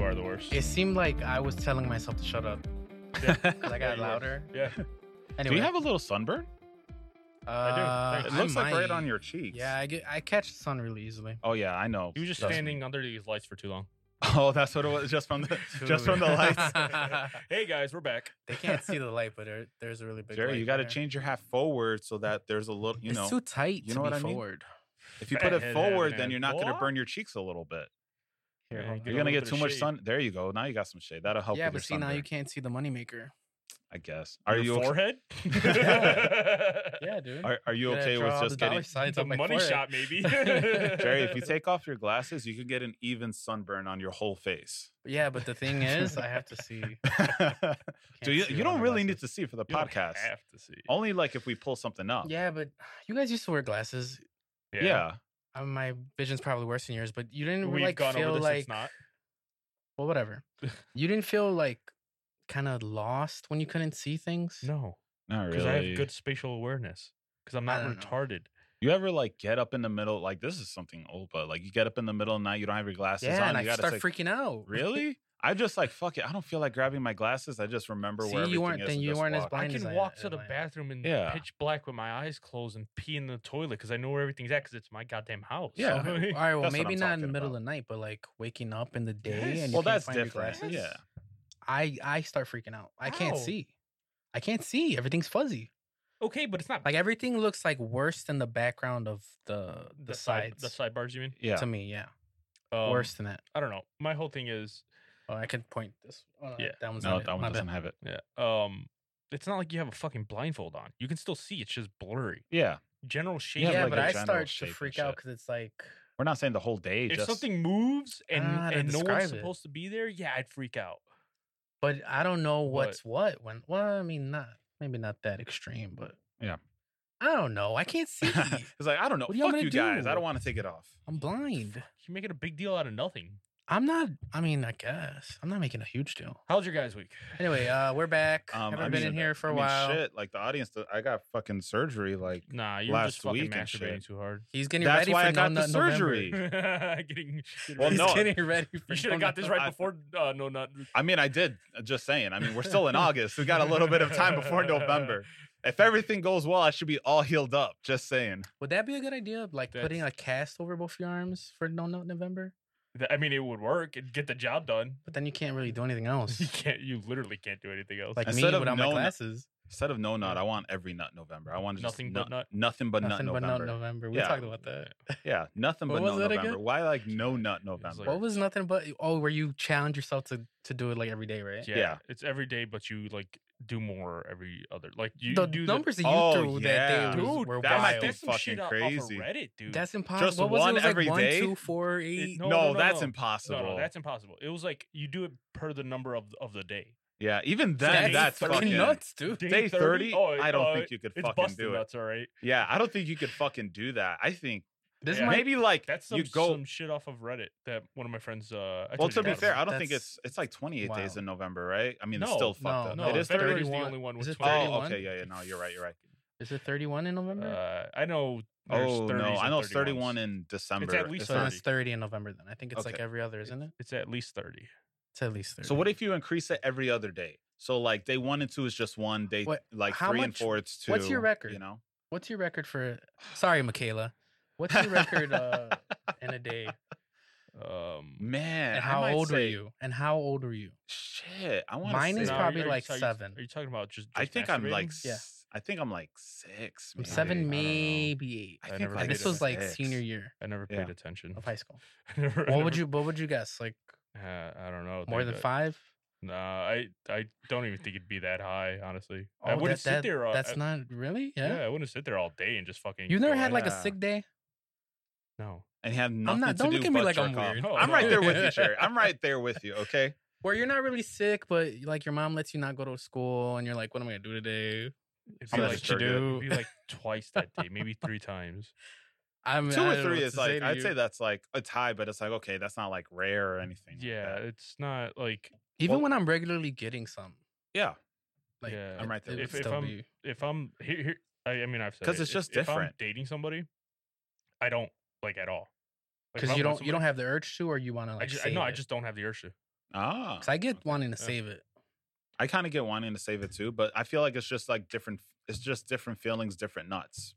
are the worst. It seemed like I was telling myself to shut up because I Yeah, got you were. louder. Yeah. Anyway, Do you have a little sunburn? uh, it I looks like right might. on your cheeks. Yeah, I get I catch the sun really easily. Oh yeah, I know. He was just Trust me. standing under these lights for too long. Oh, that's what it was. Just from the just from the lights. Hey guys, we're back. they can't see the light, but there, there's a really big. Jerry, light you got to there. change your hat forward so that there's a little. You it's know, too tight to you know be what I mean? forward. if you put it Fathead, forward, man. then you're not going Boy. to burn your cheeks a little bit. Here, hold on. You're a gonna little get bit too of much shade. sun. There you go. Now you got some shade. That'll help. yeah, with but your see now you sunburn, can't see the moneymaker. I guess. Are Your you okay? forehead? Yeah, dude. Are, are you Gotta okay draw with all the just dollar getting signs the on my money forehead. shot, maybe. Jerry? If you take off your glasses, you can get an even sunburn on your whole face. Yeah, but the thing is, I have to see. Do Can't you? see You without don't my really need glasses. to see for the You don't podcast. Oh, have to see. Only like if we pull something up. Yeah, but you guys used to wear glasses. Yeah. I mean, my vision's probably worse than yours, but you didn't We've like gone feel over this. like it's not. well, whatever. you didn't feel like kind of lost when you couldn't see things. No, Not because really. I have good spatial awareness. Because I'm I not don't know. retarded. You ever like get up in the middle? Like this is something old, but like you get up in the middle of the night, you don't have your glasses yeah, on. and you I gotta start say, freaking out. Really? I just like fuck it. I don't feel like grabbing my glasses. I just remember See, where you everything weren't- is then and you just weren't as walk. blind. I can as I- walk to as the I am. bathroom in Yeah. pitch black with my eyes closed and pee in the toilet because I know where everything's at because it's my goddamn house. Yeah. Okay, I mean, All right. Well, That's what maybe I'm not in the talking middle about. of the night, but like waking up in the day and Yes. you Well, can't that's find your different. glasses. Yeah. I I start freaking out. I can't How? see. I can't see. Everything's fuzzy. okay, but it's not Like everything looks like worse than the background of the the, side sides. the sidebars. You mean Yeah. To me, yeah, Um, worse than that. I don't know. My whole thing is Oh, I could point this. Oh, no, Yeah. that one's No, not it. that one My doesn't bad. have it. yeah. Um, it's not like you have a fucking blindfold on. You can still see. It's just blurry. Yeah. General shape. have, yeah, like, but a I general start shape to and freak out shit. because it's like We're not saying the whole day. if just something moves I don't and know how to and no describe one's it. supposed to be there, yeah, I'd freak out. But I don't know What? what's what when. Well, I mean, not maybe not that extreme, but Yeah. I don't know. I can't see. it's like I don't know. What do y'all Fuck gonna you guys. I do? don't want to take it off. I'm blind. You're making a big deal out of nothing. I'm not. I mean, I guess I'm not making a huge deal. How's your guys' week? Anyway, uh, we're back. Um, Haven't I been mean- in here for a I mean, while. Shit, like the audience. I got fucking surgery. Like Nah, you're Last just fucking week and shit. masturbating too hard. He's getting That's ready why for I got No the Nut November. surgery. getting, getting Well, ready. He's no, getting ready. For You should have got No Nut this right I- before uh, no nut. I mean, I did. uh, Just saying. I mean, we're still in August. We got a little bit of time before November. If everything goes well, I should be all healed up. Just saying. Would that be a good idea? Like putting a That's- cast over both your arms for No Nut November, Th- I mean, it would work. It'd get the job done. but then you can't really do anything else. You can't. You literally can't do anything else. Like me Instead of without my No Nut- glasses. Instead of no nut, I want every nut November. I want just Nothing but nut- Nothing but Nothing nut but November. No November. We Yeah. talked about that. Yeah, nothing What but was no that November. again? Why like no nut It's November? like- What was nothing but oh, where you challenge yourself to to do it like every day, right? yeah, yeah. it's every day, but you like do more every other. Like you the do numbers that you Oh, threw that yeah. day The, was, dude, were that that might wild. be some fucking shit Off crazy. of Reddit, dude. That's impossible. What was it? one it was every like one, day? two, four, eight. It- no, that's impossible. No, no, that's impossible. It was like you do it per the number of of the day. yeah. Even So then, day that's fucking fucking nuts, dude. Day Day 30, Oh, I don't uh, think you could it's fucking busted do it. nuts, all right. Yeah, I don't think you could fucking do that. I think This Yeah. might maybe like That's some, you go. some shit off of Reddit that one of my friends. Uh, I well, told to you be about it. fair, I don't think That's it's it's like 28 days wild. in November, right? I mean, it's No, still fucked no, no, up. it is February 30. February's the 31. only one with Is it twenty. Oh, 31? okay, yeah, yeah. No, you're right. You're right. is it thirty-one in November? Uh, I know. There's Oh 30s no, I and know it's 31s. 31 in December. least so then it's 30. thirty in November. Then I think it's like Okay. every other, isn't it? It's at least thirty. It's at least thirty. So what if you increase it every other day? So like day one and two is just one. Day What- like how three and much- four it's two. what's your record? You know. What's your record for? Sorry, Michaela. What's your record uh, in a day? Um, Man, And I how might old are say- you? And how old are you? Shit, I want. Mine say, is no, probably are you- like are you- seven. Are you talking about just? I just think I'm like. masturbating? Yeah. s- I think I'm like six. I'm Maybe. I seven, don't know. maybe eight. I I think never like And this was like six. senior year I never Yeah. paid attention. of high school. I never- I What would never- you? What would you guess? Like Uh, I don't know. more dude. than I- five? No, I I don't even think it'd be that high, honestly. I Oh, wouldn't that- sit that- there. Uh, That's I- not really. Yeah. Yeah. I wouldn't sit there all day and just fucking. You've never go had like a Yeah. sick day. No. And have nothing not- to don't do look at me but like I'm jerk off. weird. Oh, I'm no. right there with you, Sherry. I'm right there with you. Okay. Where you're not really sick, but like your mom lets you not go to school, and you're like, "What am I gonna do today?" It'd I'm be gonna like, stir it'd it up. be like twice that day, maybe three times. I'm Two or three is like I'd say that's like a tie, but it's like okay, that's not like rare or anything. like Yeah, that. it's not like Even well- when I'm regularly getting some, Yeah. like Yeah. I'm right there It, you. If- it with would if still I'm- be- if I'm here. here I, I mean, I've said 'Cause it, it's just if, If I'm different. dating somebody, I don't like at all. Like, if because I'm you with don't you somebody- don't have the urge to, or you want to like. I just I, save no, I it. just don't have the urge to. Ah, Cause I get okay. wanting to Yeah. save it. I kind of get wanting to save it too, but I feel like it's just like different. It's just different feelings, different nuts.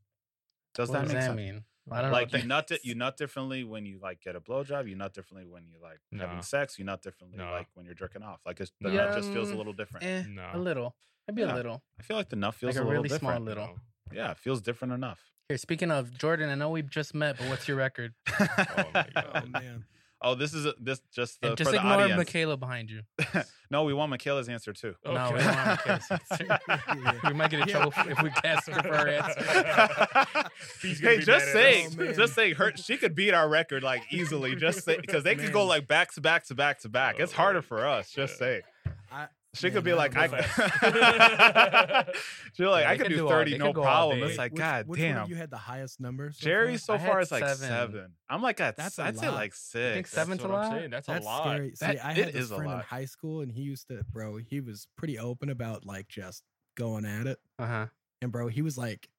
Does what that does make that sense? mean? I don't like know. you nut it, you nut differently when you like get a blowjob. You nut differently when you like No. having sex. You nut differently No. like when you're jerking off. Like it's, the nut just feels a Yeah, little different. Eh, No. a little, maybe a Yeah. little, I feel like the nut feels like a, a, little really different. small little. No. Yeah, it feels different enough. Here, speaking of Jordan, I know we just met, but what's your record? Oh, my Oh God. man. oh, this is a, this just the, and just for the ignore audience. Michaela behind you. no, we want Michaela's answer too. No, we Okay. don't want Michaela's answer. we might get in Yeah. trouble if we guess her for her answer. He's gonna hey, be just mad at saying, us. Oh, man. just saying, her she could beat our record like easily. Just say because they could go Man. like back to back to back to back. It's Oh, harder for us. Just yeah. say I- she could man, be I like, I, don't know. that. she's like, Yeah, I they could can do do all- thirty, they no can go all problem. day. It's like, Which- god which one damb. you had the highest number? So Jerry so I far had is like seven. seven. I'm like at That's that's a I'd say lot. like six. think seven's That's a what I'm lot? saying. That's, far? That's a lot. scary. See, That- I it had is this a friend in lot. high school, and he used to, bro. He was pretty open about like just going at it, Uh huh. and bro, he was like,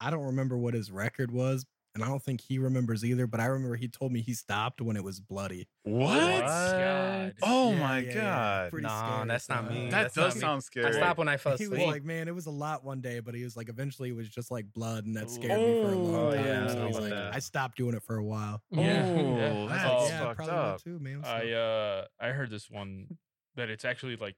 I don't remember what his record was, and I don't think he remembers either. But I remember he told me he stopped when it was bloody. What? God. Oh Yeah, my yeah, yeah. god. Pretty Nah, scary, that's not son. me. That That's not does me. sound I scary. stopped when I fell he asleep. was like, man, it was a lot one day, but he was like, eventually it was just like blood, and that scared me for a Oh, long time. yeah, I so don't he's want like, that. I stopped doing it for a while. Yeah. Yeah. Oh, That's I was all like, yeah, I fucked probably would up. too, man. So- I uh I heard this one that it's actually like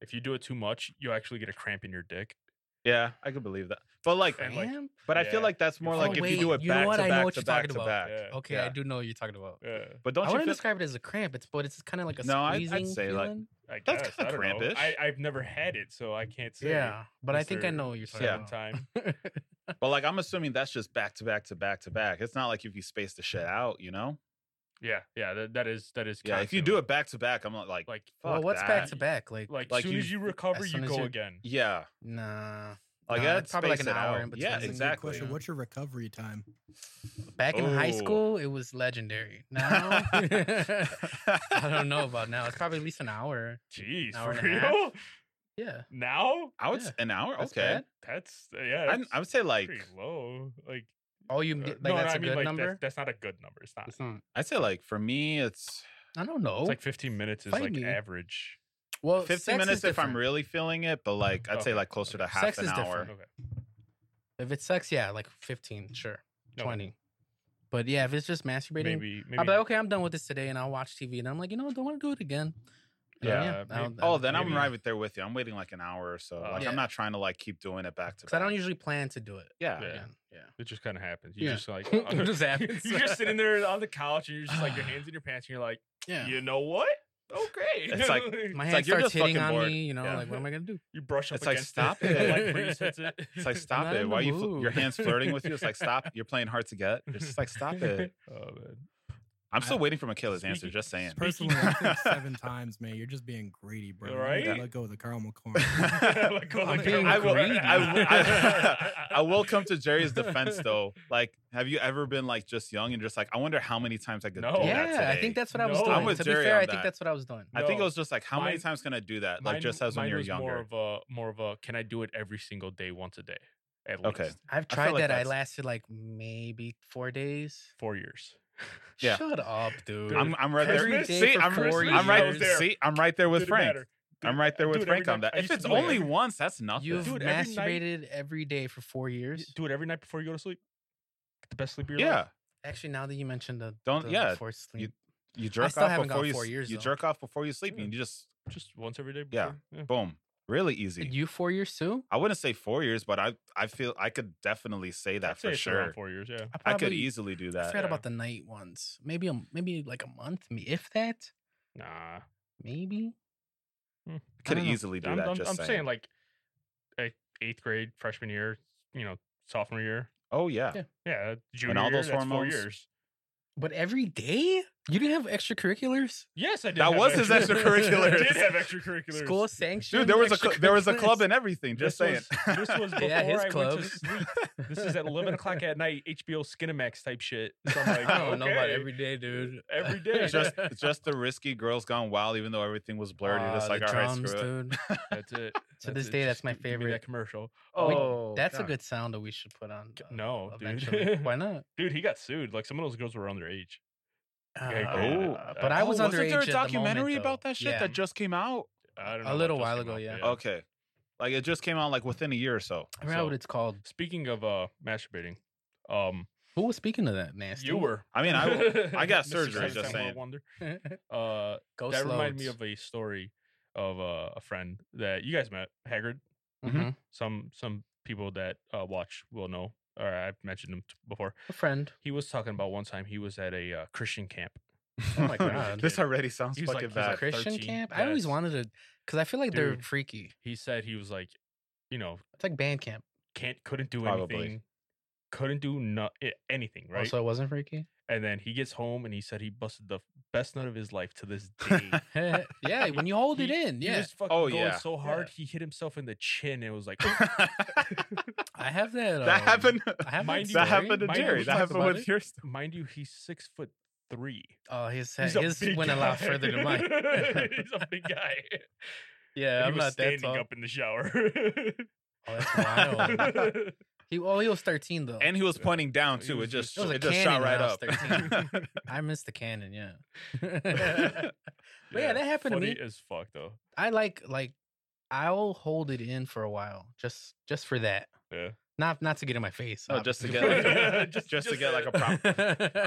if you do it too much, you actually get a cramp in your dick. Yeah, I could believe that. But like, And, like, Damn. but I Yeah. feel like that's more Oh, like if wait, you do it you know back what? to I know back what to you're back talking to about. back. Yeah. okay, I yeah. do know what you're talking about. Yeah, But don't I you wouldn't feel- describe it as a cramp. It's but it's kind of like a No, I- I'd squeezing say, like, feeling. I That's guess. kinda I don't know. crampish. I, I've never had it, so I can't say. yeah, but I think I Mr. know what you're talking Yeah. Seven about. time. But like, I'm assuming that's just back to back to back to back. It's not like if you space the shit out, you know? Yeah, yeah. That, that is that is. Yeah. If you do it back to back, I'm not like, like well, Fuck what's that. back to back? Like, like, like soon you- as you recover, as you soon as go you- again. yeah, nah. like Nah, I'd it's probably like space an it hour out. in Yeah, That's a good between. exactly. question. Yeah. What's your recovery time? Back in high Oh. school, it was legendary. Now, I don't know about now. It's probably at least an hour. Jeez, Hour for and a real? half? Yeah. Now? I would Yeah. s- an hour. That's okay, bad. That's yeah. I, I would say like pretty low. Like, Oh, you uh, get- like no, no, that's I a mean good like number. That's, that's not a good number. It's not. It's not. I'd say like for me, it's I don't know. It's like 15 minutes is Fight like me. average. well, 15 sex is minutes if I'm different. really feeling it. But like, I'd say Okay, like closer okay. to half Sex an is hour. different. Okay. If it's sex, yeah, like Mm. 15, sure, No, 20. But yeah, if it's just masturbating, Maybe maybe. I'll be like, okay, I'm done with this today, and I'll watch TV, and I'm like, you know, what, don't want to do it again. And Yeah, then, yeah. uh, maybe- Oh, then I'm Maybe. right there with you. I'm waiting like an hour or so. Uh, like Yeah. I'm not trying to like keep doing it back to because I back. don't usually plan to do it. Yeah. Yeah. Again. Yeah. It just kind of happens. You Yeah. just like It just happens. You're just sitting there on the couch, and you're just like your hands in your pants, and you're like, Yeah. you know what? Okay. It's like- My It's hand like, you're starts just hitting fucking on bored. me. You know, Yeah. like what am I gonna do? you brush up. It's like, against stop it. it. Like, pretty sensitive. It's like stop not it. in Why the you fl- your mood. hands flirting with you? It's like stop. You're playing hard to get. It's just like stop it. Oh man. I'm still I- waiting for Michaela's answer. Speaking- Just saying. Personally, I think seven times, man. You're just being greedy, bro. You need to Right? Let go of the caramel corn. Like, I'm like, being I I will, I, will- greedy. will- I- I will come to Jerry's defense though. Like, have you ever been like just young and just like, I wonder how many times I could No. do Oh, yeah, that I today? think that's what I was No. doing. I'm with to Jerry be fair, on I think that. that's what I was doing. I think it No. was just like, how many Mine- times can I do that? Like, Mine- just as when mine you're was More younger. of a more of a can I do it every single day, once a day, at Okay. least I've feel tried like that. I that's- lasted like maybe four days. four years. Yeah. Shut up, dude. I'm, I'm right there. Christmas? See, Day I'm, for four I'm years. right. I was there. See, I'm right there with Didn't Frank. matter. I'm right there Dude, with every Frank on night- that. I If used to it's do it only every- once, that's nothing. You've Dude, every night- masturbated every day for four years. Do it every night before you go to sleep. Get the best sleep of your yeah, life. Actually, now that you mentioned the Don't- the yeah, forced you- sleep, you jerk still off haven't gone before you. four s- years, You though. jerk off before you sleep, Yeah. and you just Just once every day. Yeah. before- yeah. boom, really easy. you four years too. I wouldn't say four years, but I I feel I could definitely say that I'd say for it's around sure. Four years. Yeah. I could probably- easily do I that. forgot yeah. about the night ones. Maybe a maybe like a month, m- if that. Nah. Maybe Could don't know. easily do I'm, that. I'm, just I'm saying. saying like like eighth grade, freshman year, you know, sophomore year. oh yeah. Yeah. Yeah, junior And all year, those that's hormones. four years. But every day? You didn't have extracurriculars? Yes, I did. That have was his extra- extracurriculars. I did have extracurriculars. School sanctioned? Dude, there was a cl- there was a club extracurriculars? and everything. Just saying. This was- this was before Yeah, his I went club. to sleep. This is at eleven o'clock at night. HBO Skinemax type shit. So I'm like, I don't know Oh, about okay. every day, dude. Every day. just just the risky girls gone wild, even though everything was blurred. You're Ah, just like, the all right, drums, screw it. dude. That's it. To this day, Just that's my gi- give me favorite. that commercial. Wait, Oh, that's a God. good sound that we should put on. uh, No, eventually. dude. Why not? dude, he got sued. Like some of those girls were underage. Okay, Uh, cool. but I Oh, was wasn't underage. there a at the documentary moment, about though. that shit Yeah. that just came out? I don't know. A about little those while came ago, out, yeah. Okay, like it just came out like within a year or so. I forgot So- what it's called. Speaking of uh masturbating, um, Who was speaking of that nasty? you were. I mean, I I got Mr. surgery, Seven just Time World saying. Wonder. Go Uh, that slow. reminded me of a story of uh, a friend that you guys met, Haggard. Mm-hmm. Mhm. Some some people that uh, watch will know, or I've mentioned him t- before. a friend. He was talking about one time he was at a uh, Christian camp. Oh my God. this already sounds He was like- fucking he was bad. like, Christian 13, camp. I always yes. wanted to, because I feel like they're Dude. freaky. He said he was like, you know, It's like band camp. can't couldn't do Probably. anything, couldn't do no, i- anything, right? Also, it wasn't freaky. and then he gets home and he said he busted the best nut of his life to this day. yeah, when you hold it He- in, He yeah. was fucking Oh, going yeah, so hard he hit himself in the chin. It was like "Oh, I have that. that um, happened. I have Mind that, you- that story. happened to Mind you, Jerry. we That talked happened about with it. your stuff. mind you, he's six foot three. Oh, his He's his big went a lot guy. further than mine. he's a big guy. yeah, And I'm he was not that standing tall. up in the shower. Oh, that's wild. he, oh, he was 13 though. And he was pointing down He too. It was just just- It it, was a cannon just shot when right I was up. 13. I missed the cannon. Yeah. but yeah, that happened to Funny me. as fuck though. I like like I'll hold it in for a while just just for that. Yeah. Not not to get in my face. oh, just to obviously. get like, a- Just- just, to just get like a- a prop.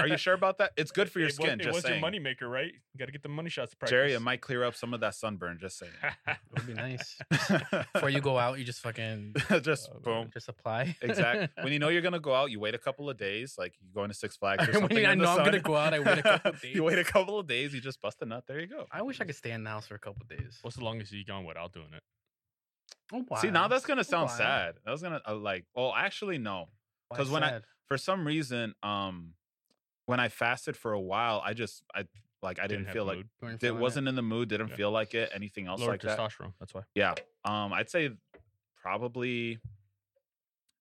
Are you sure about that? It's good for your it Was, skin. just it was saying, your moneymaker, right? You got to get the money shots. Practice. Jerry, it might clear up some of that sunburn. Just saying. It would be nice. Before you go out, you just fucking just Oh, boom. just apply. Exactly. When you know you're gonna go out, you wait a couple of days. Like you going to Six Flags or When something. I in the know I'm gonna sun. go out, I wait a couple you wait a days. couple of days. You just bust a nut. There you go. I wish I could stay in the house for a couple days. What's the longest you gone without doing it? Oh, See, now wow. that's gonna sound Wow. sad. That was gonna uh, like. Oh, actually, no. Why 'cause when I- sad? For some reason, um, when I fasted for a while, I just I like I didn't, feel like You weren't it feeling wasn't in the mood. Didn't Yeah. feel like it. Anything else lower like that? testosterone. That's why. Um, I'd say probably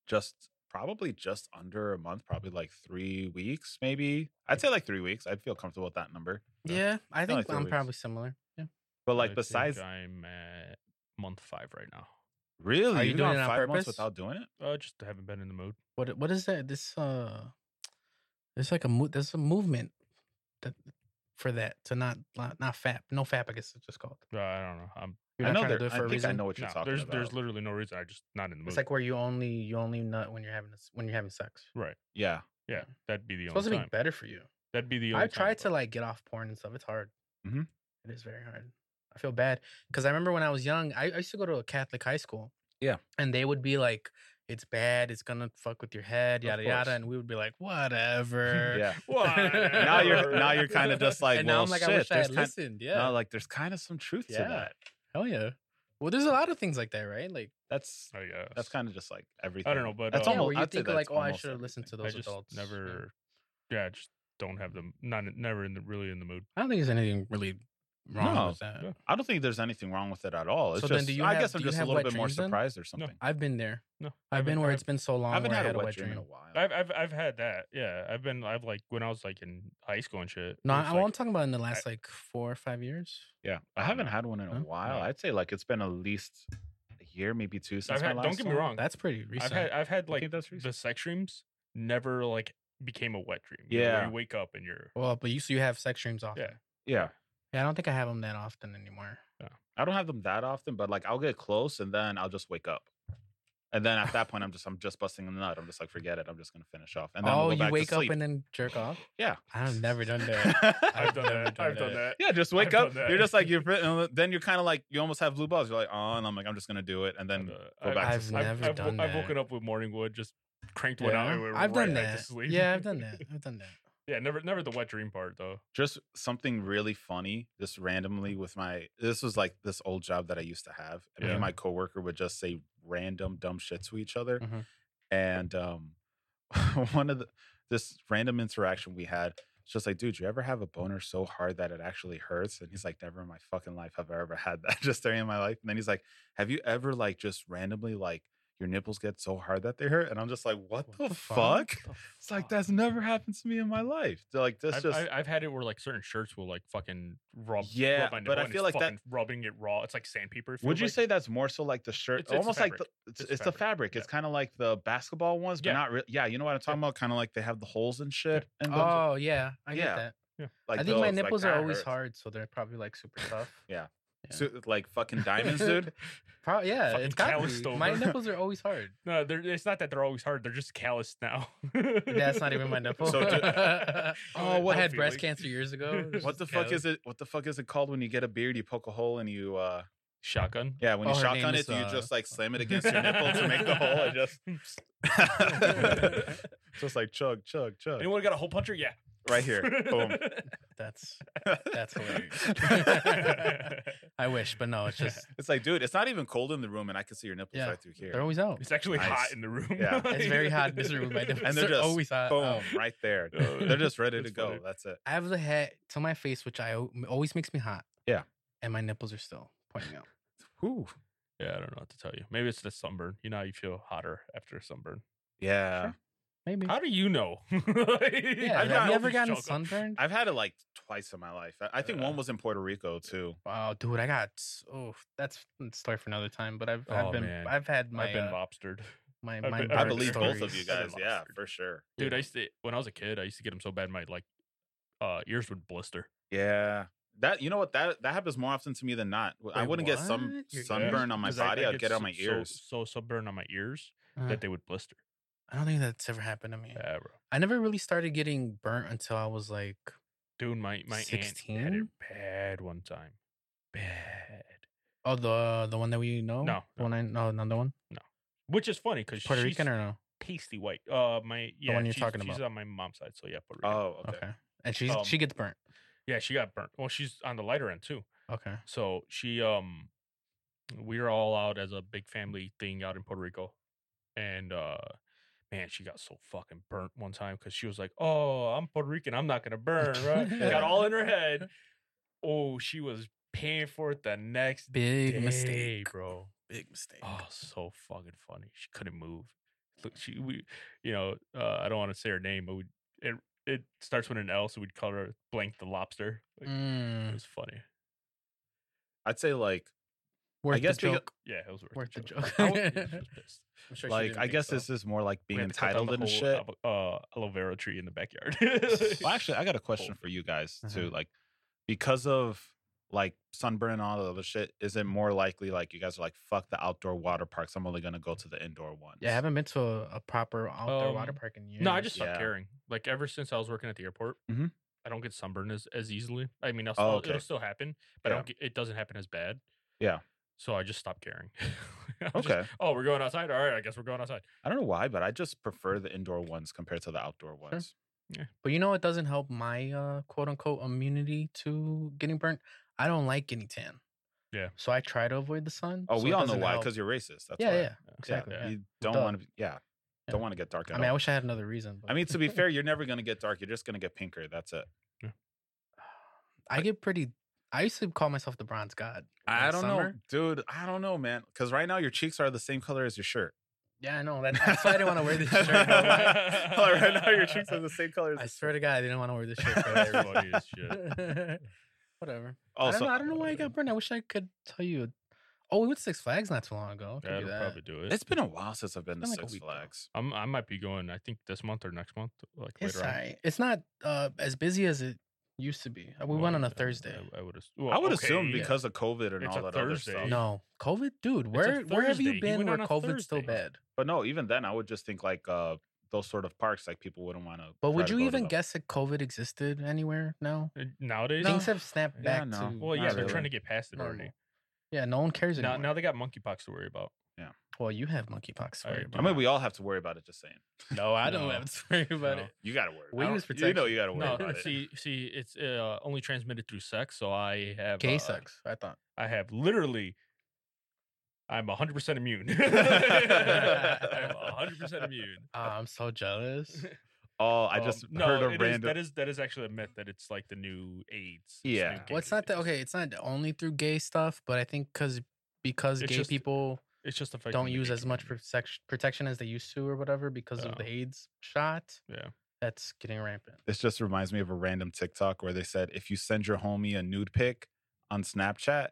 just probably just under a month, probably like three weeks, maybe. I'd say like three weeks. I'd feel comfortable with that number. Yeah. Yeah, I think like three I'm weeks. probably similar. Yeah. But I like think besides, I'm at month five right now. really, you you've doing gone it on five months purpose? without doing it? I just haven't been in the mood. What what is that? This uh, there's like a mo- there's a movement that for that to not not, not fap no fap I guess it's just called. Uh, I don't know. I'm You're I not know trying there. to do it I for a think reason. I know what you're no, talking there's about. there's literally no reason. I just not in the mood. It's like where you only you only nut when you're having this when you're having sex. right. yeah, Yeah, that'd be the It's only supposed to time. be better for you. That'd be the only. I've tried to time, like get off porn and stuff. It's hard. Mhm. It is very hard. I feel bad because I remember when I was young, I, I used to go to a Catholic high school. Yeah. And they would be like, it's bad. It's going to fuck with your head, Of yada, yada. course. And we would be like, whatever. yeah. Whatever. Now you're now you're kind of just like, and well, now I'm like, shit. I wish I there's had kind listened. Yeah. now, like there's kind of some truth to Yeah. that. Hell yeah. Well, there's a lot of things like that, right? Like, That's I guess. that's kind of just like everything. know, but, that's uh, yeah, almost, where you I'd say think like, that's oh, I almost should have listened to everything. I those just adults. Yeah. never. Yeah. I just don't have them. Not in- never in the really in the mood. I don't think there's anything really wrong No. with that. Yeah. I don't think there's anything wrong with it at all. It's So just then do you I have- guess I'm do you just a have wet little bit more dreams then? surprised or something. I've been there. No. I I've been haven't- where I it's been so long. I haven't where had, I had a wet dream in a while. I've, I've I've had that. Yeah. I've been I've like when I was like in high school and shit. No, it I, was, I- like, well, I'm talking about in the last like four or five years. yeah, I I haven't dunno. had one in a Huh? while. Yeah. I'd say like it's been at least a year, maybe two since I've my had, last. don't get me one. wrong. That's pretty I've recent. had I've had I like think that's the recent. sex dreams never like became a wet dream. you know, where Yeah. you wake up and you're well, but you so you have sex dreams often. Yeah. Yeah, I don't think I have them that often anymore. I don't have them that often, but like I'll get close and then I'll just wake up, and then at that point I'm just I'm just busting a nut. I'm just like forget it. I'm just gonna finish off. And then we'll oh, go you back to wake up sleep. and then jerk off? Yeah. I've never done that. I've I've done that. I've done that. Yeah, just wake done up. that. You're just like you're. fit- and Then you're kind of like you almost have blue balls. You're like, oh, and I'm like, I'm just gonna do it, and uh, I've then done that. go back to I've sleep. never I've, wo- done I've that. woken up with morning wood, just cranked one out. Yeah, and went I've right done back to that. sleep. Yeah, I've done that. I've done that. yeah, never never the wet dream part though. just something really funny just randomly with my this was like this old job that i used to have and me Yeah. and my coworker would just say random dumb shit to each other Mhm. and um one of the this random interaction we had it's just like dude you ever have a boner so hard that it actually hurts and he's like never in my fucking life have i ever had that just during my life and then he's like have you ever like just randomly like your nipples get so hard that they hurt and i'm just like what, the, fuck, it's like that's never happened to me in my life They're like this I've, just I, I've had it where like certain shirts will like fucking rub. Yeah, rub my but nipple I and feel it's like that- fucking rubbing it raw. It's like sandpaper. it Would feels you like. say that's more so like the shirt? It's- it's almost like the, fabric. it's, It's it's the fabric. fabric, It's kind of like the basketball ones, but Yeah. not really. Yeah, you know what I'm talking about? Kind of like they have the holes and shit. And those- Oh yeah, I Yeah. get that. Yeah. Like I think my those, like, nipples that are always hurts. hard, so they're probably like super tough. Yeah. Yeah. So, like fucking diamonds, dude. Pro- yeah, Fucking it's got calloused to My over. nipples are always hard. No, they're, it's not that they're always hard. They're just calloused now. That's not even my nipple. So do- Oh, I what had feeling. breast cancer years ago. it was What the just fuck callous. is it? What the fuck is it called when you get a beard, you poke a hole and you, uh Shotgun. yeah, when you Oh, her name shotgun is, it, do you uh, just like slam it against your nipple to make the hole? And just, just like chug, chug, chug, Anyone got a hole puncher? Yeah. right here, boom. That's That's hilarious. I wish, but no, it's just it's like, dude, it's not even cold in the room, and I can see your nipples Yeah, right through they're here. always out. it's actually hot Nice. in the room. Yeah. It's very hot in this room. My nipples they're are just always hot. Boom, out. right there. Uh, Oh. They're just ready to That's go. funny. That's it. I have the hat to my face, which I al- always makes me hot. Yeah. and my nipples are still pointing out. Whew. Yeah, I don't know what to tell you. Maybe it's the sunburn. You know how you feel hotter after a sunburn. Yeah, Maybe. How do you know? yeah, yeah, have I've gotten you all ever these gotten jokes. sunburned? I've had it like twice in my life. I, I think one Yeah. was in Puerto Rico too. Wow, dude, I got s- oh, that's a story for another time. But I've Oh, I've been man. I've had my I've been uh, lobstered. my I've my been- I Alright, burn believe both of stories. you I've been guys. Yeah, lobstered. for sure. Dude, I used to when I was a kid, I used to get them so bad my like uh ears would blister. Yeah. That you know what that that happens more often to me than not. W- I Wait, wouldn't get what? some Your ears? sunburn on my 'Cause I- body. I I, would get it on so- my so- ears. So, sunburn on my ears Uh, that they would blister. I don't think that's ever happened to me. Yeah, bro. I never really started getting burnt until I was like Dude, my my aunt had 16? it bad one time. Bad. oh the the one that we know No, the one I no another one Which is funny because Puerto Rican or no pasty white. Uh, my yeah, one you're she's, talking she's about. on my mom's side, so yeah, Puerto Rican. Oh, okay. okay, and she's she Um, gets burnt yeah, she got burnt. Well, she's on the lighter end too. okay So she um, we were all out as a big family thing out in Puerto Rico, and uh, man, she got so fucking burnt one time because she was like, "Oh, I'm Puerto Rican, I'm not gonna burn." Right? Yeah. Got all in her head. Oh, she was paying for it the next big day, mistake bro. big mistake Oh, so fucking funny. She couldn't move. Look, she we, you know, uh, I don't want to say her name, but we, it it starts with an L, so we'd call her Blank the Lobster. Like, It Mm, was funny. I'd say like worth guess the because- joke Yeah, it was worth, Worth the the joke. joke. I wa- yeah, she was pissed. I'm sure she like didn't I think guess so. this is more like being We had to cut down entitled the and whole shit. avo- Uh, aloe vera tree in the backyard. Well, actually, I got a question Whole for you guys too. Uh-huh. Like because of like sunburn and all the other shit, is it more likely like you guys are like fuck the outdoor water parks? I'm only gonna go to the indoor ones. yeah I haven't been to a, a proper outdoor water Um, park in years no, I just stopped Yeah. caring. Like ever since I was working at the airport, Mhm. I don't get sunburned as, as easily. I mean, I'll still, Oh, it'll okay. still happen, but Yeah. I don't get, it doesn't happen as bad. Yeah. So I just stopped caring. I'm just, Okay. oh, we're going outside. All right, I guess we're going outside. I don't know why, but I just prefer Mm. the indoor ones compared to the outdoor ones. but you know it doesn't help my uh, quote unquote immunity to getting burnt I don't like getting tan Yeah. so I try to avoid the sun Oh, so we it all know doesn't why, help. because you're racist. That's yeah why. yeah exactly yeah. yeah. You don't Duh. want to, yeah, Yeah. don't want to get dark at I mean I all. wish I had another reason but. I mean, to be fair, you're never going to get dark. You're just going to get pinker. That's it. I get pretty. I used to call myself the bronze god. in I the don't summer. know, dude. I don't know, man. Because right now your cheeks are the same color as your shirt. Yeah, I know. That, that's why I didn't want to wear this shirt. bro. Oh, Like, right now your cheeks are the same color as. I your- swear to God, I didn't want to wear this shirt. For That's whatever funny as shit. reason. Whatever. Oh, I, don't so- know, I don't know why I got burned. I wish I could tell you. Oh, we went to Six Flags not too long ago. I could do That'll that. probably do it. It's been a while since I've been to It's been like a Six week, though. Flags. I'm, I might be going. I think this month or next month, like it's later on. alright. It's not uh, as busy as it used to be. Uh, We went Well, on a yeah, Thursday. I, I would, ass- well, I would okay, assume yeah. because of COVID and It's all a that Thursday. other stuff. No, COVID, dude. Where where have Thursday. you You been went where on a COVID's still Thursday. bad? But no, even then, I would just think like uh, those sort of parks, like people wouldn't want to. But would you even guess that COVID existed anywhere now? Uh, nowadays. Things have snapped Yeah, back no. to well, yeah, Not they're trying really. to get past it already. normal. Yeah, no one cares Now, anymore. now they got monkeypox to worry about. well, you have monkeypox. To I worry do I about. mean, we all have to worry about it. Just saying. No, I No. don't have to worry about No. it. You gotta worry. We I don't- use You know protection. you gotta worry No, about it. see, see, it's uh, only transmitted through sex. So I have Gay uh, sucks. I thought. I have literally. I'm 100 percent immune. I'm 100 percent immune. Oh, I'm so jealous. Oh, I Um, just no, heard a it is- random. that is that is actually a myth that it's like the new AIDS. it's the new Yeah. well, gay it's not that. disease. Okay, it's not only through gay stuff, but I think because because It's gay just people It's just affecting don't the use gay as much community. protection protection as they used to or whatever because of the Yeah. AIDS shot. Oh. Yeah. that's getting rampant. this just reminds me of a random TikTok where they said if you send your homie a nude pic on Snapchat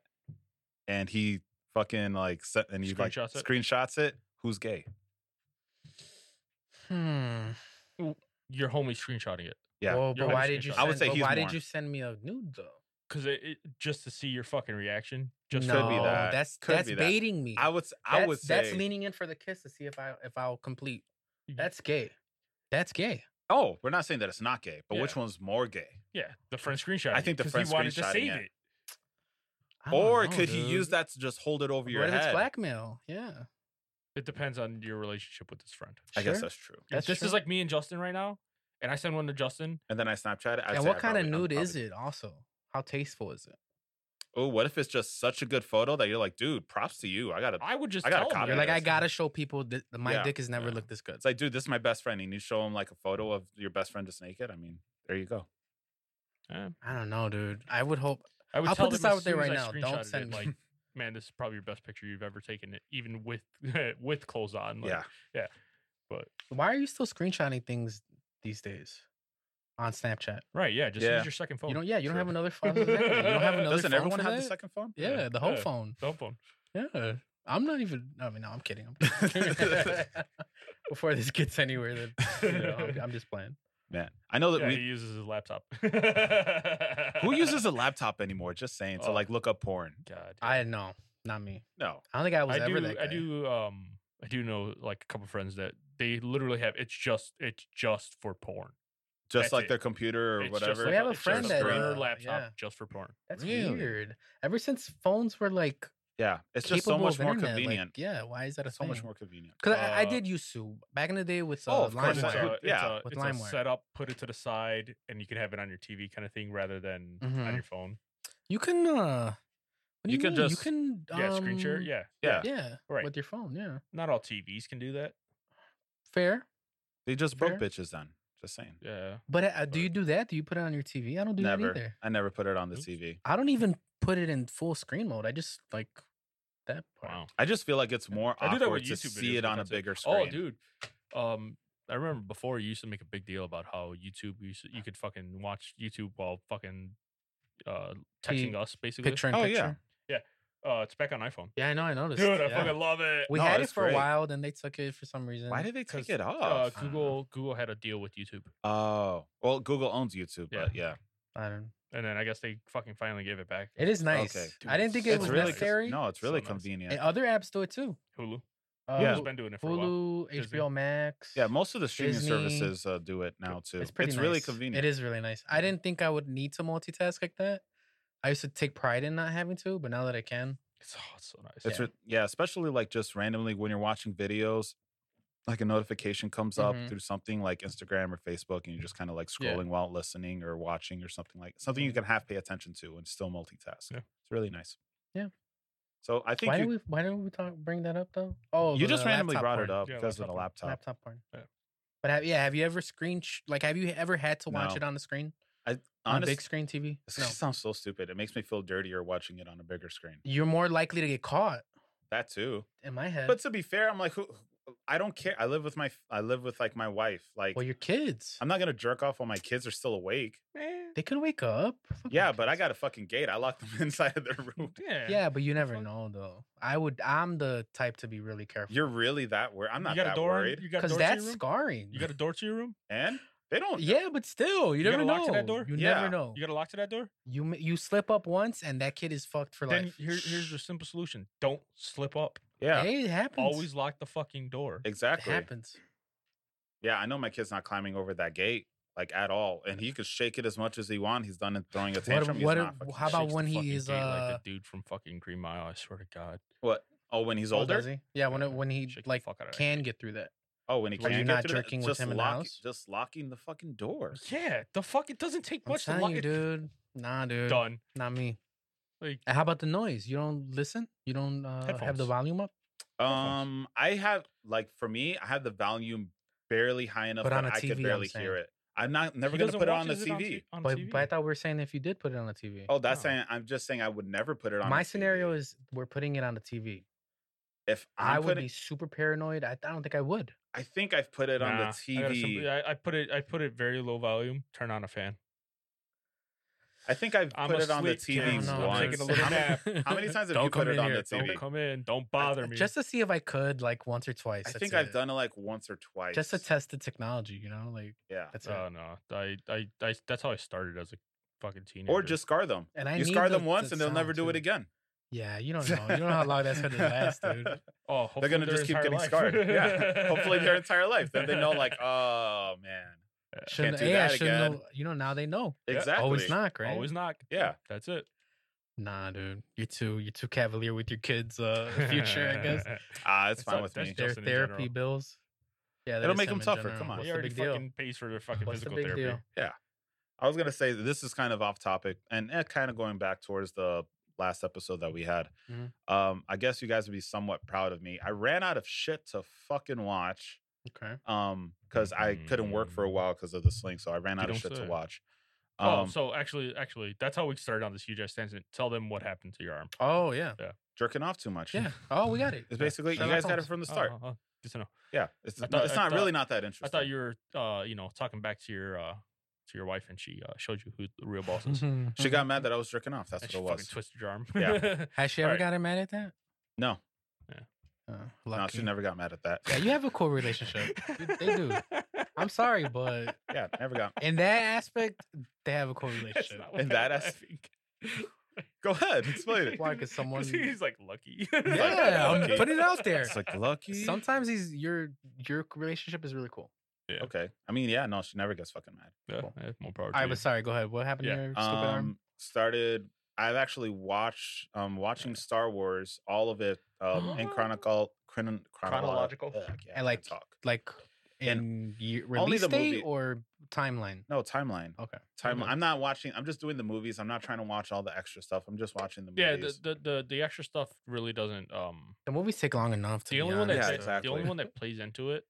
and he fucking like sent and you like Screenshots it? screenshots it, who's gay? Hmm. Your homie screenshotting it. Yeah. Well, You're but why right. did you? Send, I would say but he's why more. did you send me a nude though? because it, it just to see your fucking reaction. Just Could for be the- that. That's Could that's be that. baiting me. I would s- I that's, would say Mm. that's leaning in for the kiss to see if I if I'll complete. That's gay. That's gay. Oh, we're not saying that it's not gay, but which Yeah. one's more gay? Yeah, the friend screenshot. think the friend he wanted to screenshotting save it. it. I don't Or know, could he use Oh, dude. that to just hold it over your what if it's head? blackmail? Yeah, It depends on your relationship with this friend. I guess Sure. that's true. that's this is true. like me and Justin right now, and I send one to Justin. And then I Snapchat it. I'd and say what I kind of probably- I'm nude is probably- it? Also, how tasteful is it? Oh, what if it's just such a good photo that you're like, dude, props to you. I gotta. I would just I got a tell him. copy You're of that. like, I this. gotta show people that that my Yeah, dick has never yeah. looked this good. It's like, dude, this is my best friend, and you show him like a photo of your best friend just naked. I mean, there you go. Yeah. I don't know, dude. I would hope. I would I'll tell put this them as out there soon as right I now. Don't screenshotted send it, me. like, man, this is probably your best picture you've ever taken, it, even with with clothes on. Like, yeah, but Why are you still screenshotting things these days on Snapchat? right, yeah, just Yeah. use your second phone. You don't. Yeah, you don't have True. another phone. You don't have another Oh, doesn't phone everyone for have the that? second phone? Yeah, Yeah, the home yeah. phone. Cell phone. Yeah. I'm not even. I mean, no, I'm kidding. I'm kidding. Before this gets anywhere, then you know, I'm, I'm just playing. Man, I know that Yeah, we. he uses his laptop. Who uses a laptop anymore? Just saying to Oh. like look up porn. God, yeah. I no, not me. No, I don't think I was I ever do. that guy. I do. Um, I do know like a couple friends that they literally have. It's just. It's just for porn. just That's like it. their computer or It's just whatever. like We have a it's just friend that, her uh, laptop yeah. just for porn. That's Really? weird. Ever since phones were like yeah, it's just so capable much of more internet, like, convenient. yeah. Why is that a so much thing? more convenient. Because I, I Uh, did used to back in the day with Oh, uh, of Because course, LimeWire. it's I- a, would- yeah. it's a, With it's a LimeWire. setup, put it to the side, and you can have it on your TV kind of thing rather than on Mhm. your phone. You can. uh what do You you, can mean? just- you can um, Yeah, screen share. Yeah, Yeah, yeah, Right. with your phone. Yeah, not all TVs can do that. fair. they just broke Fair. bitches then. Just saying. Yeah, But uh, do But- you do that? Do you put it on your TV? I don't do that never. either. I never put it on the Oops. TV. I don't even put it in full screen mode. I just like that part. wow. I just feel like it's more I do that with awkward to YouTube see videos, it but on a that's it. bigger screen. Oh, dude. Um, I remember before you used to make a big deal about how YouTube you, s- you could fucking watch YouTube while fucking uh texting P- us basically. Picture in Oh, picture. yeah. Yeah. Uh, it's back on iPhone. I know. I noticed. Dude, I yeah. fucking love it. we No, had it it's for great. a while, then they took it for some reason. Why did they take 'Cause, it Uh, off? I don't know. Google Google had a deal with YouTube, oh, well, Google owns YouTube, Yeah. but yeah, I don't. and then I guess they fucking finally gave it back. It is nice. Dude, I didn't think it it's was really good. necessary. No, it's So really nice. convenient. And other apps do it too. Hulu. Uh, Yeah. Hulu's been doing it for a while. Hulu, Disney. HBO Max. yeah, most of the streaming Disney. services uh, do it now too. it's pretty. really nice. convenient. It is really nice. I didn't think I would need to multitask like that. I used to take pride in not having to, but now that I can, It's, oh, it's so nice. It's yeah. re- yeah, especially like just randomly when you're watching videos, like a notification comes up Mhm. through something like Instagram or Facebook, and you're just kind of like Yeah. scrolling while listening or watching or something like something you can half pay attention to and still multitask. Yeah. It's really nice. Yeah. So I think why you, did we why did we talk bring that up though? Oh, you the just randomly laptop brought part. it up Yeah, because of the laptop. Laptop porn. Yeah. But have, yeah, have you ever screen sh- like have you ever had to watch No. it on the screen on a Honestly, big screen TV? this No, sounds so stupid. It makes me feel dirtier watching it on a bigger screen. you're more likely to get caught. That too. In my head, But to be fair, I'm like, who? I don't care. I live with my, f- I live with like my wife. Like, well, your kids I'm not gonna jerk off while my kids are still awake. eh, they could wake up. Fuck Yeah, your but I kids. got a fucking gate. I locked them inside of their room. Yeah. Yeah, but you never fuck? know though. I would. I'm the type to be really careful. You're really that worried? I'm not you got that a door. worried. You got a because door that's to your room. scarring. You got a door to your room. And they don't. yeah, but still, you, You got never a lock know. to that door? You Yeah. never know. You got a lock to that door. You ma- you slip up once, and that kid is fucked for Then life. here, here's your simple solution: don't slip up. Yeah, Hey, it happens. Always lock the fucking door. it exactly. happens. Yeah, I know my kid's not climbing over that gate like at all, and he could shake it as much as he want. He's done it throwing a tantrum. He's what- not fucking- how about Shakes the when he fucking is, gate uh, like the dude from fucking Green Mile? I swear to God. what? Oh, when he's Oh, does older. he? Yeah, when it, Yeah, when he shake the like fuck outta that can get through that. Oh, when he Were can't you get not through the- jerking with just him in the lock, house? Just locking the fucking door. Yeah, the fuck. It doesn't take I'm much to telling lock you, it. dude. Nah, dude. Done. Not me. Like And how about the noise? You don't listen. You don't uh, have the Headphones. volume up. Headphones. Um, I have like for me, I have the volume barely high enough But that on a I could TV, I'm barely saying. hear it. I'm not never he gonna doesn't put it on the watches TV. T- on But, TV. but I thought we were saying if you did put it on the TV. Oh, that's No. saying I'm just saying I would never put it on. My the scenario TV. is we're putting it on the TV. if i I'm would putting, be super paranoid. I, I don't think I would. I think I've put it on the Nah, I, gotta simply- TV. I- I put it. I put it very low volume. Turn on a fan. I think I've I'm put it on the asleep, TV kids. I don't know. once. I'm taking a little How many- nap. How many times have Don't you put come it in on here. the TV? Don't come in. Don't bother me. Uh, Just to see if I could, like once or twice. I that's think I've it. done it like once or twice. Uh, just to test the technology. You know, like Yeah. that's it. Oh no, I, I, I, that's how I started as a fucking teenager. Or just scar them. and I you need scar the- them once the and they'll never sound, do it too. again. Yeah, you don't know. You don't know how long that's gonna last, dude. oh, hopefully they're gonna their just keep entire getting life. scarred. Yeah. Hopefully their entire life. Then they know like, oh man. Shouldn't, do yeah, that shouldn't again. know- you know, now they know. Yeah, Exactly. Always not, right? always knock. Yeah. that's it. Nah, dude. You're too you're too cavalier with your kids' uh, future, I guess. Ah, it's That's fine not- with that's me. just- Their in therapy general. bills. Yeah, that It'll is make 'em in tougher, general. come on. What's he the already big deal? fucking pays for their fucking What's the physical big therapy. deal? I was gonna say that this is kind of off topic and kind of going back towards the last episode that we had. Mhm. Mm-hmm. Um, I guess you guys would be somewhat proud of me. I ran out of shit to fucking watch. Okay. Um, because I couldn't work for a Mhm. while because of the sling, so I ran You out of don't shit say. to watch. Oh, Um, so actually, actually, that's how we started on this huge ass tangent. Tell them what happened to your arm. Oh yeah. jerking off too much. Yeah. Oh, we got it. It's basically you Sherlock guys got it Holmes. from the start. Oh, oh, oh, good to know. Yeah, it's, I no, thought- it's I not really thought- not that I interesting. thought you were, uh, you know, talking back to your, uh, to your wife, and she uh, showed you who the real boss is. She got mad that I was jerking off. That's and she what it fucking was. twisted your arm. Yeah. Has she ever Alright. gotten mad at that? No, Uh, no, she lucky. never got mad at that. Yeah, you have a cool relationship. They- they do. I'm sorry, but yeah, never got. in that aspect, they have a cool That's relationship. not what And that I'm as- laughing. Go ahead, explain it. Why? 'Cause someone- he's like lucky. Yeah, I'm Lucky. putting it out there. It's like lucky. Sometimes these your your relationship is really cool. Yeah. Okay, I mean, yeah, no, she never gets fucking mad. Yeah, Cool. yeah, more power. All to right, you. but sorry. Go ahead. What happened Yeah. to your stupid arm? Um, started. I've actually watched. Um, watching Star Wars, all of it. Um, in chronicle, chron- Chronological? chronological. Ugh, yeah, And, like, talk. Like and in year, only release the date movie- or timeline? No timeline. Okay. Timeline. Okay. I'm not watching. I'm just doing the movies. I'm not trying to watch all the extra stuff. I'm just watching the movies. yeah, the, the the the extra stuff really doesn't. Um, The movies take long enough. To the be only one that honest, Yeah, that- though. exactly. the only one that plays into it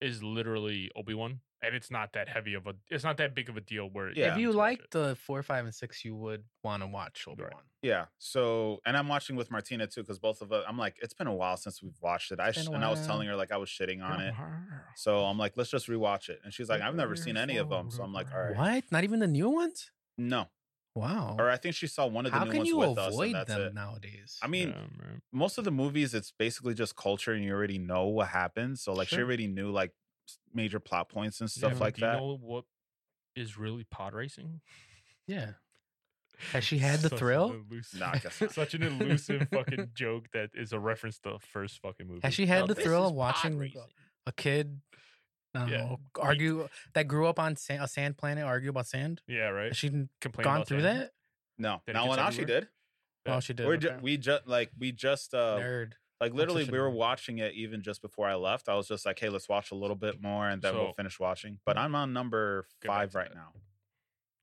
is literally Obi Wan, and it's not that heavy of a. It's not that big of a deal. Where it- Yeah. If need you to watch like it. the four, five, and six, you would want to watch Obi Wan. Right. Yeah. So, and I'm watching with Martina too, because both of us, I'm like, it's been a while since we've watched it. I It's sh- been a and I was while. telling her like I was shitting on it. Arr. So I'm like, let's just rewatch it. And she's like, I've never seen any of them. So I'm like, all right, What? Not even the new ones? no. Wow. Or I think she saw one of the How new can ones you with us, avoid and that's them it. nowadays? I mean, Yeah, man. most of the movies, it's basically just culture, and you already know what happens. So like, she Sure. already knew like s- major plot points and stuff Yeah, like do that. You know what is really pod racing? yeah. Has she had the Such an thrill? elusive- Nah, I guess not. Such an elusive fucking joke that is a reference to the first fucking movie. Has she had Oh, the this thrill is of watching pod a- racing. a kid I don't Yeah, know, argue that grew up on sand, a sand planet, argue about sand? Yeah, right. Has she n- Complain gone about through sand. that? No, That it now gets and now she everywhere? did. Yeah. Oh, she did. We're ju- okay. we just like we just uh Nerd. Like That's literally, such a we were nerd. watching it even just before I left. I was just like, "Hey, let's watch a little bit more, and then we'll So- finish watching." But I'm on number Go back five to right that. now.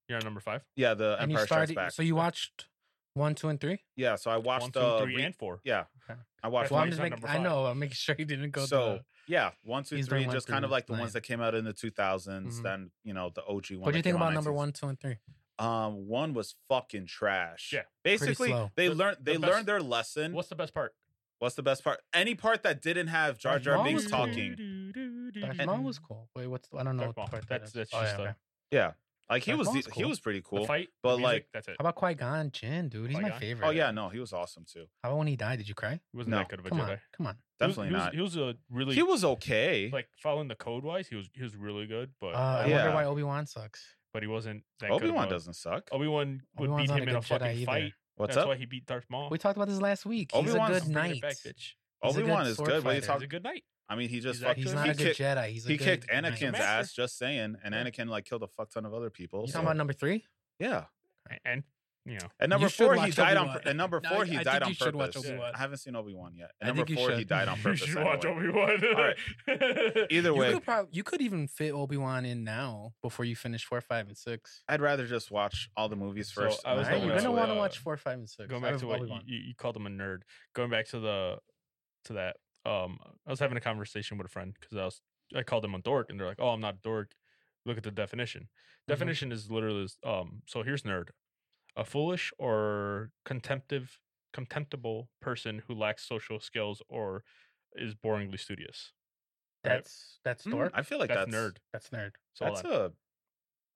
You're on number five. Yeah, the And you Empire Strikes started. Back. So you watched one, two, and three. yeah, so I watched One, two, the three, re- and four. yeah, Okay. I watched Well, I'm Well, I'm one. he's just on making. number I five. know. I'm making sure he didn't go. so yeah, one, two, He's done three, one just through kind of like the ones nine. that came out in the 2000s. Mhm. Then you know the OG one. What do you that came think out about in number 19s. one, two, and three? Um, one was fucking trash. Yeah. basically, slow. they The- learned the they best- learned their lesson. What's What's, the best part? the best part? Any part that didn't have Jar Darth Jar Maul Binks was cool. talking. Darth And- Maul was cool. Wait, what's? I don't know. Darth what Maul. part that That's- is. that's Oh, just yeah, a- okay. Yeah, like he Darth was Maul's the- he cool. was pretty The cool. fight, the But, music, like- that's it. How about Qui Gon Jinn, dude? He's my Qui-Gon? favorite. Oh yeah, no, he was awesome too. How about when he died? Did you cry? He wasn't No. that good of a Come Jedi. on, come on. He was- Definitely he was, not. He was a really he was okay. like following the code wise. He was he was really good, but Uh, I yeah. wonder why Obi Wan sucks. but he wasn't that good. Obi Wan of a- doesn't suck. Obi-Wan would Obi-Wan's beat not him a in a good Jedi fucking either. fight. What's That's up? why he beat Darth Maul. We talked about this last week. He's Obi-Wan's a just good Bring knight. it back, bitch. he's a Obi Wan good is sword good. What are fighter. you He's talk- a good knight. I mean, he just He's a- fucked. He's He not a good kicked, Jedi. He's a he good kicked knight. Anakin's Master. ass. Just saying, and Yeah. Anakin like killed a fuck ton of other people. You so- talking about number three? yeah. And you know, At number You should four, he watch died on. Obi-Wan. pur- At number No, four, I- he I died think on you should watch purpose. Obi-Wan. I haven't seen Obi Wan yet. I At number think you four, he should. died on you purpose. should watch anyway. Obi-Wan. All right. Either You way, could, prob- you could even fit Obi Wan in now before you finish four, five, and six. I'd rather just watch all the movies So, first. I and was then going Alright, you're go back gonna to into want it. to uh, watch four, five, and six. Going back Out to of what you, Obi-Wan. you, you called him a nerd. Going back to the to that. Um, I was having a conversation with a friend because I was I called him a dork, and they're like, "Oh, I'm not a dork." Look at the definition. Definition is literally is, um. So here's nerd, a foolish or contemptive, contemptible person who lacks social skills or is boringly studious. Right? That's that's Hmm, dork. I feel like that's, that's nerd. That's nerd. So That's a.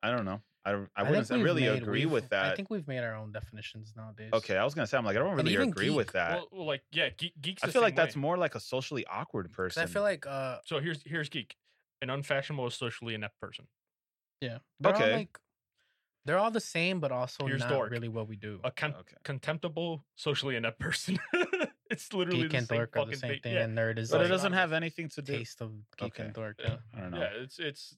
I don't know. I don't. I, think wouldn't say- we've really made- agree we've- with that. I think we've made our own definitions nowadays. okay, I was gonna say I'm like I don't really even agree with geek. that. Well, well, like yeah, geek, geeks. I the feel like same that's way. more like a socially awkward 'Cause person. I feel like uh So here's here's geek, an unfashionable, socially inept person, yeah. They're all Okay. like they're all the same, but also Here's not dork. really what we do. a con- Okay. contemptible, socially inept person. it's literally Geek the and same dork are fucking the same thing, Yeah. and nerd is but it like doesn't have anything to do. taste of geek Okay. and dork. Yeah. Yeah. I don't know. yeah, it's it's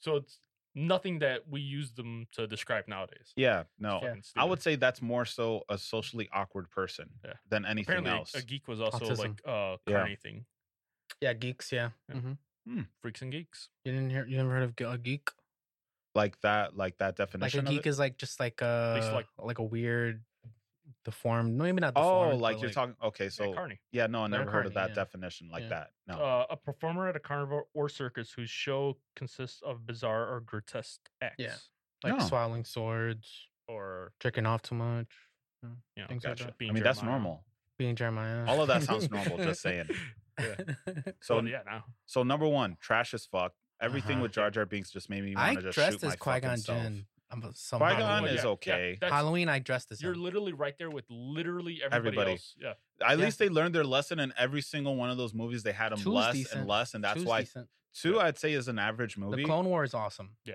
so it's nothing that we use them to describe nowadays. Yeah, no. Yeah. I would say that's more so a socially awkward person Yeah. than anything apparently else. a geek was also Autism. like uh Yeah. carny thing, Yeah, geeks. Yeah. Yeah. hmm freaks and geeks. You didn't hear? You never heard of ge- a geek? Like that, like that Like definition. a of geek it? is like just like a like, like- a weird deformed. No, maybe not. oh, Deformed, like but, you're talking. Okay, So so yeah, carny, yeah, no, I They're never heard of that carny, yeah. definition like Yeah. Oh, that. No, uh, a performer at a carnival or circus whose show consists of bizarre or grotesque acts. like No. swallowing swords, Or drinking off too much, you know, Things like gotcha. that. I being mean, that's Jeremiah. normal. being Jeremiah. All of that sounds normal. Just saying. Yeah. So Well, yeah, now So number one, trash as fuck. Everything Uh-huh. with Jar Jar Binks just made me I want to just dressed shoot as my Qui fucking Gon self. Jinn. I'm a- some Qui-Gon Halloween. is yeah, okay. that's- Halloween. I dressed as You're him. literally right there with literally everybody, Everybody. else. Yeah. At Yeah. least they learned their lesson in every single one of those movies. They had them Two's less decent. and less, and that's Two's why decent. two I'd say is an average movie. the Clone War is awesome. yeah,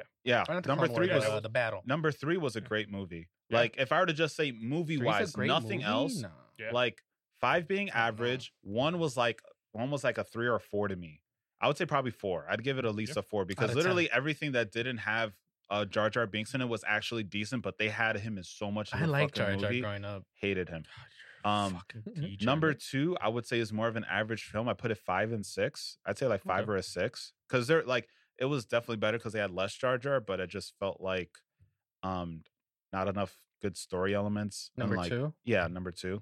Or not the number Clone three War, was but, uh, the battle. number three was a Yeah. great movie. Yeah. Like if I were to just say movie Three's a wise, great nothing movie? else. No. Yeah. Like five being don't know. average, one was like one was like a three or a four to me. I would say probably four. I'd give it at least Yeah. a four because of literally everything that didn't have uh, Jar Jar Binks in it was actually decent, but they had him in so much. Of I the like Jar fucking Jar movie. growing up. Hated him. God, you're a Um, fucking number DJ. Number two, I would say is more of an average film. I put it five and six. I'd say like five Okay. or a six because they're like it was definitely better because they had less Jar Jar, but it just felt like um not enough good story elements. and, Number like- two. yeah, number two,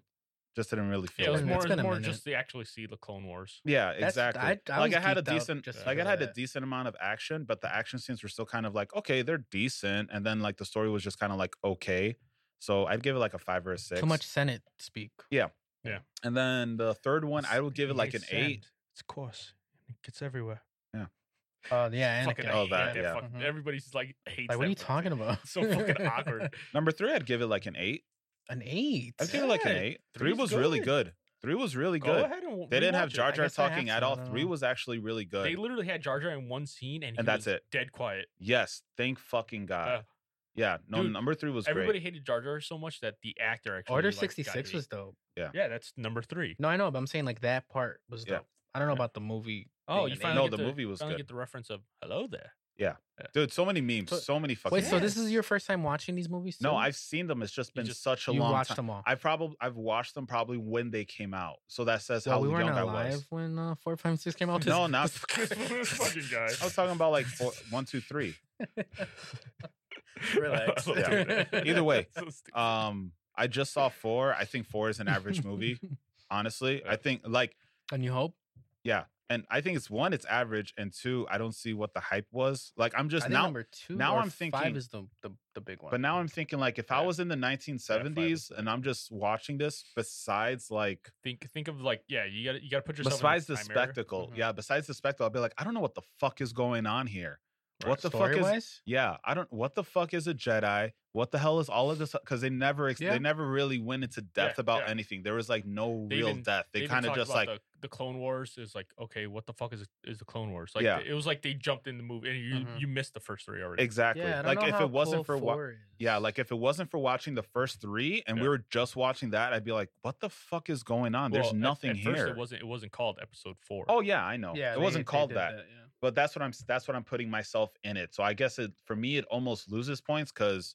just didn't really Yeah, it feel. was like more, It's it been was a more minute. just to actually see the Clone Wars. Yeah, That's- I- exactly. I like was I had a geeked out decent, just like I for had a that. decent amount of action, but the action scenes were still kind of like okay, they're decent, and then like the story was just kind of like okay. So I'd give it like a five or a six. Too much Senate speak. And then the third one, I would give it like an eight. It's coarse. It gets everywhere. Oh yeah, Fucking, Anakin. I Oh, hate that, yeah. fucking- Mhm. Everybody's like hates. Like, what that are you fucking talking thing. about? It's so fucking awkward. Number three, I'd give it like an eight. An eight. I'd give it like an Yeah, eight. Three three's was really good. good. Three was really Go good. ahead and w- They didn't have rewatch it. Jar I Jar guess I have uh, talking to, at I all. don't Three know. was actually really good. They literally had Jar Jar in one scene, and, he And that's was it. Dead quiet. yes, thank fucking God. Uh, yeah, no, dude, number three was Everybody great. hated Jar Jar so much that the actor actually. Order like, got sixty six hate. was dope. Yeah, that's number three. No, I know, but I'm saying like that part was Yeah. dope. I don't know Yeah. about the movie. Oh, thing you and finally No, get the movie was finally good. get the reference of "Hello there." Dude, so many memes, So- so, many fucking. Wait, so memes. this is your first time watching these movies? No, too? I've seen them. It's just You been just- such a you long watched time. them all. I probably I've watched them probably when they came out. So that says well, how we weren't young I alive was. when uh, four five six came out. No, not- This fucking guy. I was talking about like four, one, two, three. Relax. Yeah. Either way, So stupid. Um, I just saw four. I think four is an average movie. Honestly, I Yeah. think like A New Hope. yeah, and I think it's one, it's average, and two, I don't see what the hype was. Like I'm I just think now, number two. now or I'm five thinking- is the, the the big one. but now I'm thinking like if I Yeah. was in the 1970s and I'm just watching this, besides like think think of like yeah, you got to you got to put yourself besides in Mm-hmm. the this time era. spectacle, Mhm. yeah, besides the spectacle, I'd be like, I don't know what the fuck is going on here. What the fuck is Story-wise? Yeah, I don't. What the fuck is a Jedi? What the hell is all of this? Because they never, ex- Yeah. they never really went into depth about yeah. anything. There was like no They real even- death. They, even kind of talked just about like, the, the Clone Wars is like okay, what the fuck is is the Clone Wars? Like Yeah. it was like they jumped in the movie and you Mhm. you missed the first three already. exactly. Yeah, I don't like know if how it wasn't cool for wa- four is. yeah, like if it wasn't for watching the first three and Yeah. we were just watching that, I'd be like, what the fuck is going on? There's Well, at- nothing at here. First it wasn't it wasn't called Episode Four. oh yeah, I know. yeah, it they- wasn't they called did that, yeah. but that's what I'm. s- That's what I'm putting myself in it. So I guess it for me, it almost loses points because.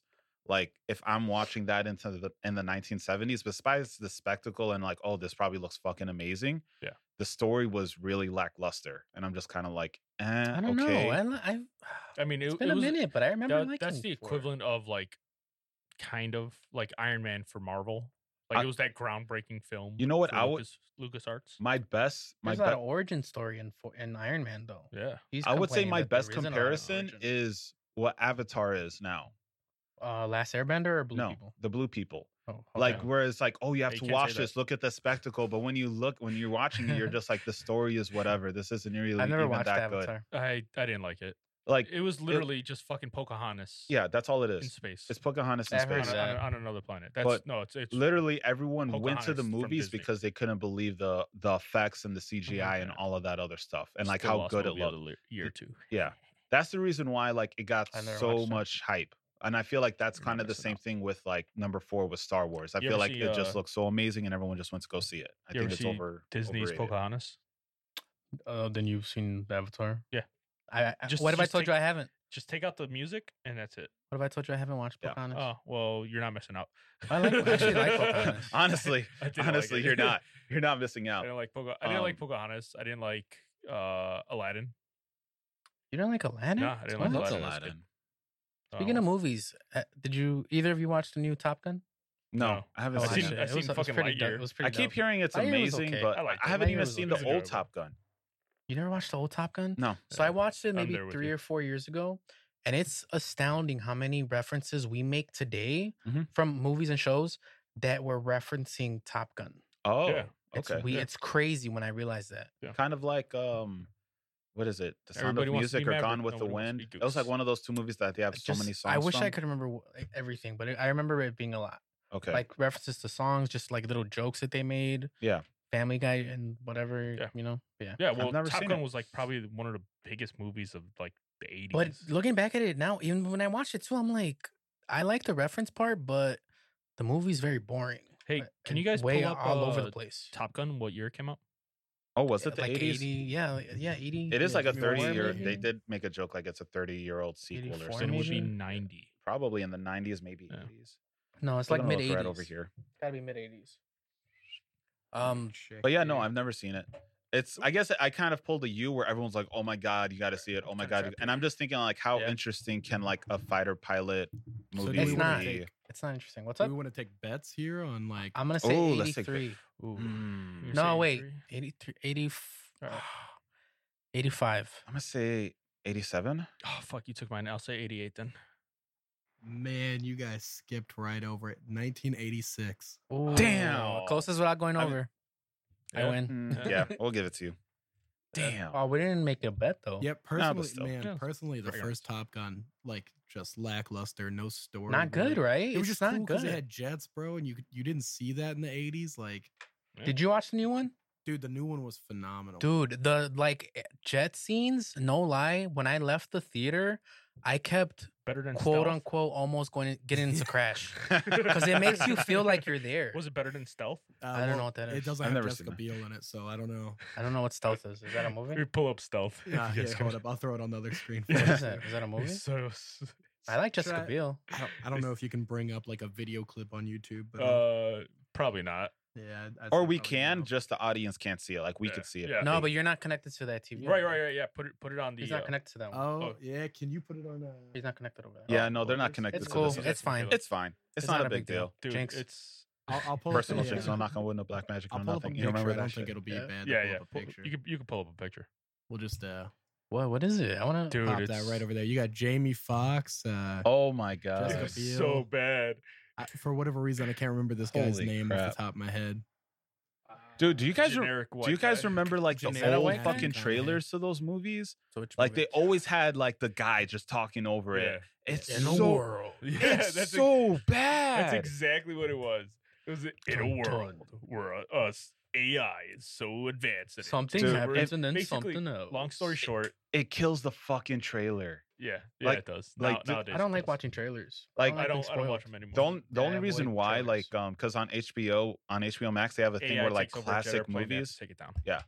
Like if I'm watching that into the in the 1970s, besides the spectacle and like, oh, this probably looks fucking amazing. the story was really lackluster, and I'm just kind of like, eh, I don't okay. know. I, li- I've, I mean, it, it's been it a was, minute, but I remember that- liking that's the four. equivalent of like kind of like Iron Man for Marvel. Like I- it was that groundbreaking film. You know what for I would- Lucas, Lucas Arts. My best, my There's a lot of be- origin story in four, in Iron Man though. Yeah. He's I would say complaining my that there best isn't a lot of comparison origin. is what Avatar is now. uh, Last Airbender or Blue no, People. the blue people. Oh, Like okay. where it's like, oh, you have you to can't say watch that. this. Look at the spectacle. But when you look, when you're watching it, you're just like, the story is whatever. This isn't really I've never even watched that good. Avatar. I I didn't like it. Like, It was literally just fucking Pocahontas. yeah, that's all it in is. space. It's Pocahontas in I've heard on, of space. a- on that. a- on another planet. That's no, it's it's Literally, everyone went to Pocahontas the from movies Disney. because they couldn't believe the the effects and the CGI and yeah. all of that other stuff, and like still how lost good it movie of the looked. le- year two. Yeah. That's the reason why like it got I never so watched that. much hype, and I feel like that's You're kind of not the missing same out. thing with like number four with Star Wars. I You feel ever like see, it just uh, Mm, looked so amazing, and everyone just went to go see it. I you ever think it's see over Disney's overrated. Pocahontas. Uh, then you've seen Avatar. Yeah. I, I Just- what if I just told you take- I haven't? Just take out the music and that's it. What if I told you I haven't watched Yeah. Pocahontas? Oh well, you're not missing out. I like- I actually like Pocahontas. Honestly- I didn't like Honestly, it. you're not. You're not missing I out. didn't like Poca- I didn't like Um, Pocahontas. I didn't like uh Aladdin. You don't like Aladdin? Nah, I didn't What? like That's Aladdin was good. Aladdin. Uh, Speaking of what's- movies, uh, did you either of you watch the new Top Gun? No, No. I haven't Oh, seen, I've it. seen- I've seen fucking pretty dope. Lightyear. It was pretty I keep dope. hearing it's Lightyear was amazing, okay. but I I, liked it. haven't Lightyear even was seen okay. It the was old enjoyable. Top Gun. You never watched the old Top Gun? No, So I Yeah, watched it I'm maybe there with three you. or four years ago, and it's astounding how many references we make today Mhm. from movies and shows that were referencing Top Gun. Oh, Yeah. It's, okay. we, Yeah. it's crazy when I realized that. Kind of like um, what is it? The Sound Everybody of Wants to Be Music or Gone Maverick, with the Nobody Wants to Wind. Be It was like Goose. one of those two movies that they have so Just- many songs. I wish I from. could remember wh- like, everything, but it, I remember it being a lot. Okay, Like references to songs, just like little jokes that they made. Yeah. Family Guy and whatever, Yeah. you know? Yeah. Yeah, well, never Top seen Gun it. was like probably one of the biggest movies of like the 80s. But looking back at it now, even when I watched it too, I'm like, I like the reference part, but the movie's very boring. hey, Uh, can you and guys way pull up all over the uh, place? Top Gun? What year it came out? oh, was it Yeah, the like eighties? 80, yeah, like- yeah, 80. It is yeah, like a give me one thirty year. maybe. They did make a joke like it's a thirty year old sequel or 84 Then it something. would be maybe? 90. Probably in the nineties, maybe Yeah. eighties. No, it's like mid 80s. right over here. Gotta be mid 80s. Um, But yeah, no, I've never seen it. It's I guess I kind of pulled a you where everyone's like, "Oh my god, you got to see it! Oh my Kinda god!" trap And I'm just thinking like, how Yeah. interesting can like a fighter pilot So movie do It's we not- want to be? take, it's not interesting. What's do up? we want to take bets here on like I'm gonna say Oh, let's take the- 83. Ooh. Mm. You're No, saying wait, 83? 83, 80, Alright. 85. I'm gonna say 87. Oh, fuck, you took mine. I'll say 88 then. man, you guys skipped right over it. 1986. Damn. Ooh, Closest without going I mean- over. I, Yeah. win. Hmm. Mm, yeah, we'll give it to you. Damn. Oh, we didn't make a bet though. Yep, but personally, still. man, Yeah, it's personally, the pretty first Top Gun, like just lackluster, no story. Not good, really. right? It was It's just not cool 'cause good. It had jets, bro, and you could- you didn't see that in the 80s. Like, Did you watch the new one? dude, the new one was phenomenal. Dude, the like eh, jet scenes, no lie, when I left the theater, I kept Better than quote Stealth? unquote almost going to get into Yeah. crash. Because it makes you feel like you're there. Was it better than Stealth? Uh, I don't know what that It is. doesn't I've have never seen Jessica that. Biel in it, so I don't know. I don't know what stealth is. Is that a movie? We pull up Stealth. if Nah, you here, guys hold can- up. I'll throw it on the other screen. For Yeah. you, What is that? too. Is that a movie? It's so s- I like Jessica I- Biel. I don't, I don't It's- know if you can bring up like a video clip on YouTube, but uh, Uh, probably not. yeah. I'd- I'd or say we probably can, no. just the audience can't see it. Like we Yeah, could see it. yeah. No, but you're not connected to that TV. Right, over right, there. right. Yeah, put it put it on the. He's not uh, connected to that one. Oh, oh. yeah. Can you put it on? uh, A... He's not connected over there. Yeah, Uh, no, they're not It's connected. It's to cool. This. Yeah, Oh. It's fine. It's fine. It's, not, a big deal. Dude, Jinx. it's I'll, I'll pull Personal up, uh, shit. a, So I'm not gonna win the black magic I'll or pull up a nothing. picture. You remember I don't that think shit? it'll be Yeah. bad. to yeah, pull yeah. Up a pull- picture. You can you can pull up a picture, We'll just uh, What? What is it? I want to. dude. pop that it's right over there. You got Jamie Fox. Uh, Oh my god. Jessica It's so Biel. bad. I, for whatever reason, I can't remember this guy's Holy name off crap. the top of my head. Dude, do you guys re- Generic white Do you guys guy. remember like the Generic old white guy? fucking Guy. trailers to those movies? Like they always had like the guy just talking over Yeah. it. It's in so a world. Yeah, it's that's ex- so That's bad. exactly what it was. It was in a Dun, world dun. where uh, us AI is so advanced. in it. Something Dude, happens it's and then basically- something else. Long story short, it kills the fucking trailer. yeah, yeah, Like- it does. Now, like, dude, nowadays, I it don't like does. watching trailers. Like, I being don't. I don't watch spoiled. them anymore. The only, the Yeah, only I reason avoid why, trailers. like, um, because on HBO on HBO Max they have a thing AI where like takes over Jet classic Airplane, they have to movies. Take it down. Yeah.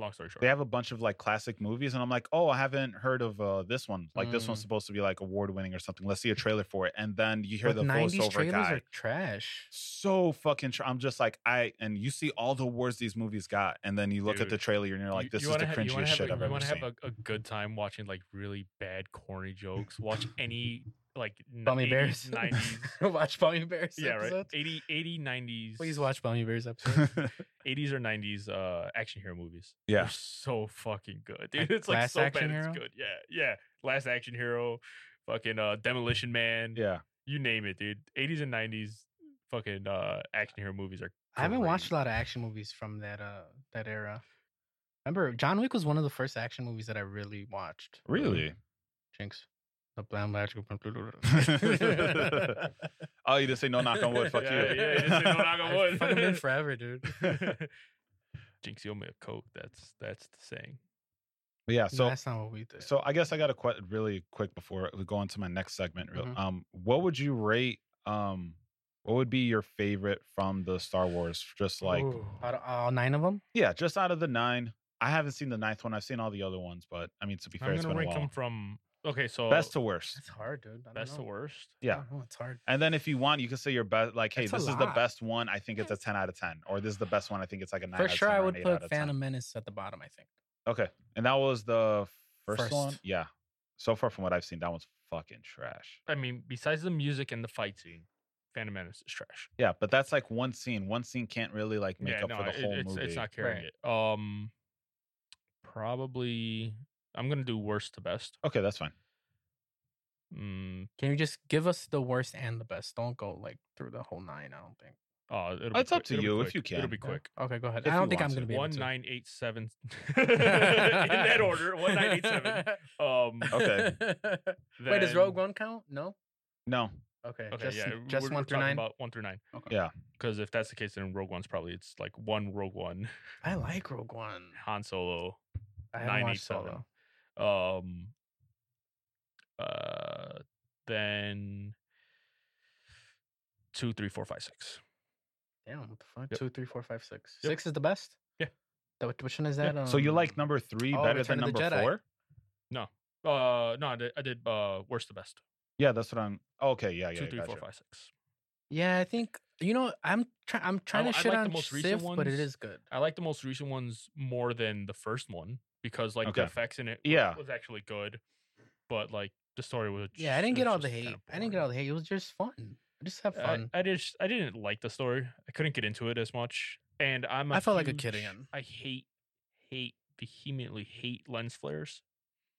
Long story short, They have a bunch of like classic movies, and I'm like, oh, I haven't heard of uh, this one. Like this one's Mm. supposed to be like award winning or something. Let's see a trailer for it, and then you hear But the 90s voiceover trailers guy. are trash. so fucking. Tr- I'm just like I, and you see all the awards these movies got, and then you look at the Dude, trailer and you're like, this is wanna the have- cringiest wanna have shit a, I've you ever wanna seen. have a, a good time watching like really bad, corny jokes. Watch any like n- Bummy 80s, Bears. 90s. watch Bummy Bears. yeah, right. episodes. 80, 80, 90s. Please watch Bummy Bears episodes. 80s or 90s uh action hero movies. They're yeah, so fucking good. Dude, Like it's like Last so bad Action Hero? it's good. Yeah. Yeah. Last Action Hero, fucking uh Demolition Man, yeah. you name it, dude. 80s and 90s fucking uh action hero movies are I haven't watched a great. lot of action movies from that uh that Mm-hmm. era. Remember, John Wick was one of the first action movies that I really watched. Jinx. The blam- magical- oh, you didn't say no knock on wood. Fuck Yeah, you. yeah, you didn't say no knock on It's wood. fucking been forever, dude. Jinx, you owe me a coke. That's that's the saying. But yeah, So so that's not what we did. so I guess I got a quite really quick before we go on to my next segment. real- Mhm. Um, what would you rate? Um, what would be your favorite from the Star Wars? Just like Ooh, out of all nine of them, yeah, just out of the nine. I haven't seen the ninth one. I've seen all the other ones, but I mean to be fair, I'm it's gonna been a rank while. them from okay. So Best to worst. that's hard, dude. I don't best to know. worst. I Yeah. don't know, it's hard. And then if you want, you can say your best. Like, hey, That's a this is the lot. best one. I think it's a ten out of ten, or this is the best one. I think it's like a nine. For out of sure, 10 I or an would eight out put of 10." Phantom Menace at the bottom. I think. Okay, and that was the first, one. First. Yeah, so far from what I've seen, that one's fucking trash. I mean, besides the music and the fight scene, Phantom Menace is trash. Yeah, but that's like one scene. One scene can't really like make yeah, up no, for the it- whole it's, movie. it's not carrying Right. it. Um, probably I'm gonna do worst to best. Okay, that's fine. Mm, Can you just give us the worst and the best? Don't go like through the whole nine. I don't think. uh, it'll be It's up quick- to it'll be you if quick, you It'll can. be Yeah. quick. Okay, go ahead. If I you don't think want I'm gonna to. be One able to. nine eight seven in that order. One nine eight seven. Um, Okay. Wait, does Rogue then- One count? No. No, Okay. Okay, just yeah, just we're- we're one through talking nine. About one through nine. Okay. Yeah. Because if that's the case, then Rogue One's probably it's like one Rogue One, I like Rogue One. Han Solo, I haven't watched 987. Solo. um uh then two three four five six Damn, what the fuck? Yep. Two, three, four, five, six. Yep. Six is the best. Yeah. That, what- which one is Yeah. that? so you like Um, number three oh, better Return than of the number Jedi. four? uh no i did, I did uh worst to best Yeah, that's what I'm. Okay, yeah, yeah, two three four five six. gotcha. Yeah, I think you know. I'm trying. I'm trying I to shit like the on most recent Sif, but it ones. is good. i like the most recent ones more than the first one because like Okay. the effects in it wa- Yeah. was actually good but like the story was Yeah, I didn't get all the hate. kind I didn't get all the hate. It was just fun. Just Uh, have fun. I, I just i didn't like the story i couldn't get into it as much and i'm a I felt like a kid huge- again. i hate hate vehemently hate lens flares